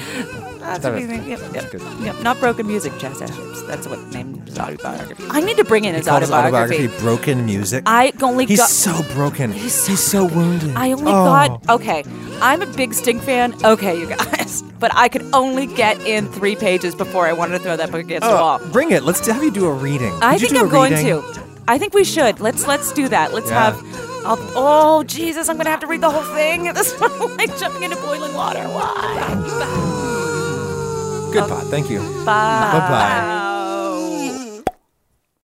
A: That's
B: Jazz
A: amazing. Yep, yep,
B: Good.
A: yep. Not broken music. Jazz Dad ships. That's what named his autobiography. I need to bring in his
B: Called his
A: autobiography.
B: autobiography Broken Music.
A: I only
B: He's
A: got.
B: so broken. He's so, wounded.
A: I only
B: Oh.
A: got. Okay, I'm a big Sting fan. Okay, you guys, but I could only get in three pages before I wanted to throw that book against the
B: Oh,
A: wall.
B: bring it. Let's have you do a reading.
A: I
B: Did you
A: think
B: do a
A: I'm going
B: reading?
A: to. I think we should. Let's let's do that. Let's
B: Yeah.
A: have. I'll, oh Jesus! I'm gonna have to read the whole thing. This is like jumping into boiling water. Why?
B: Good pot. Thank you.
A: Bye.
B: Bye bye.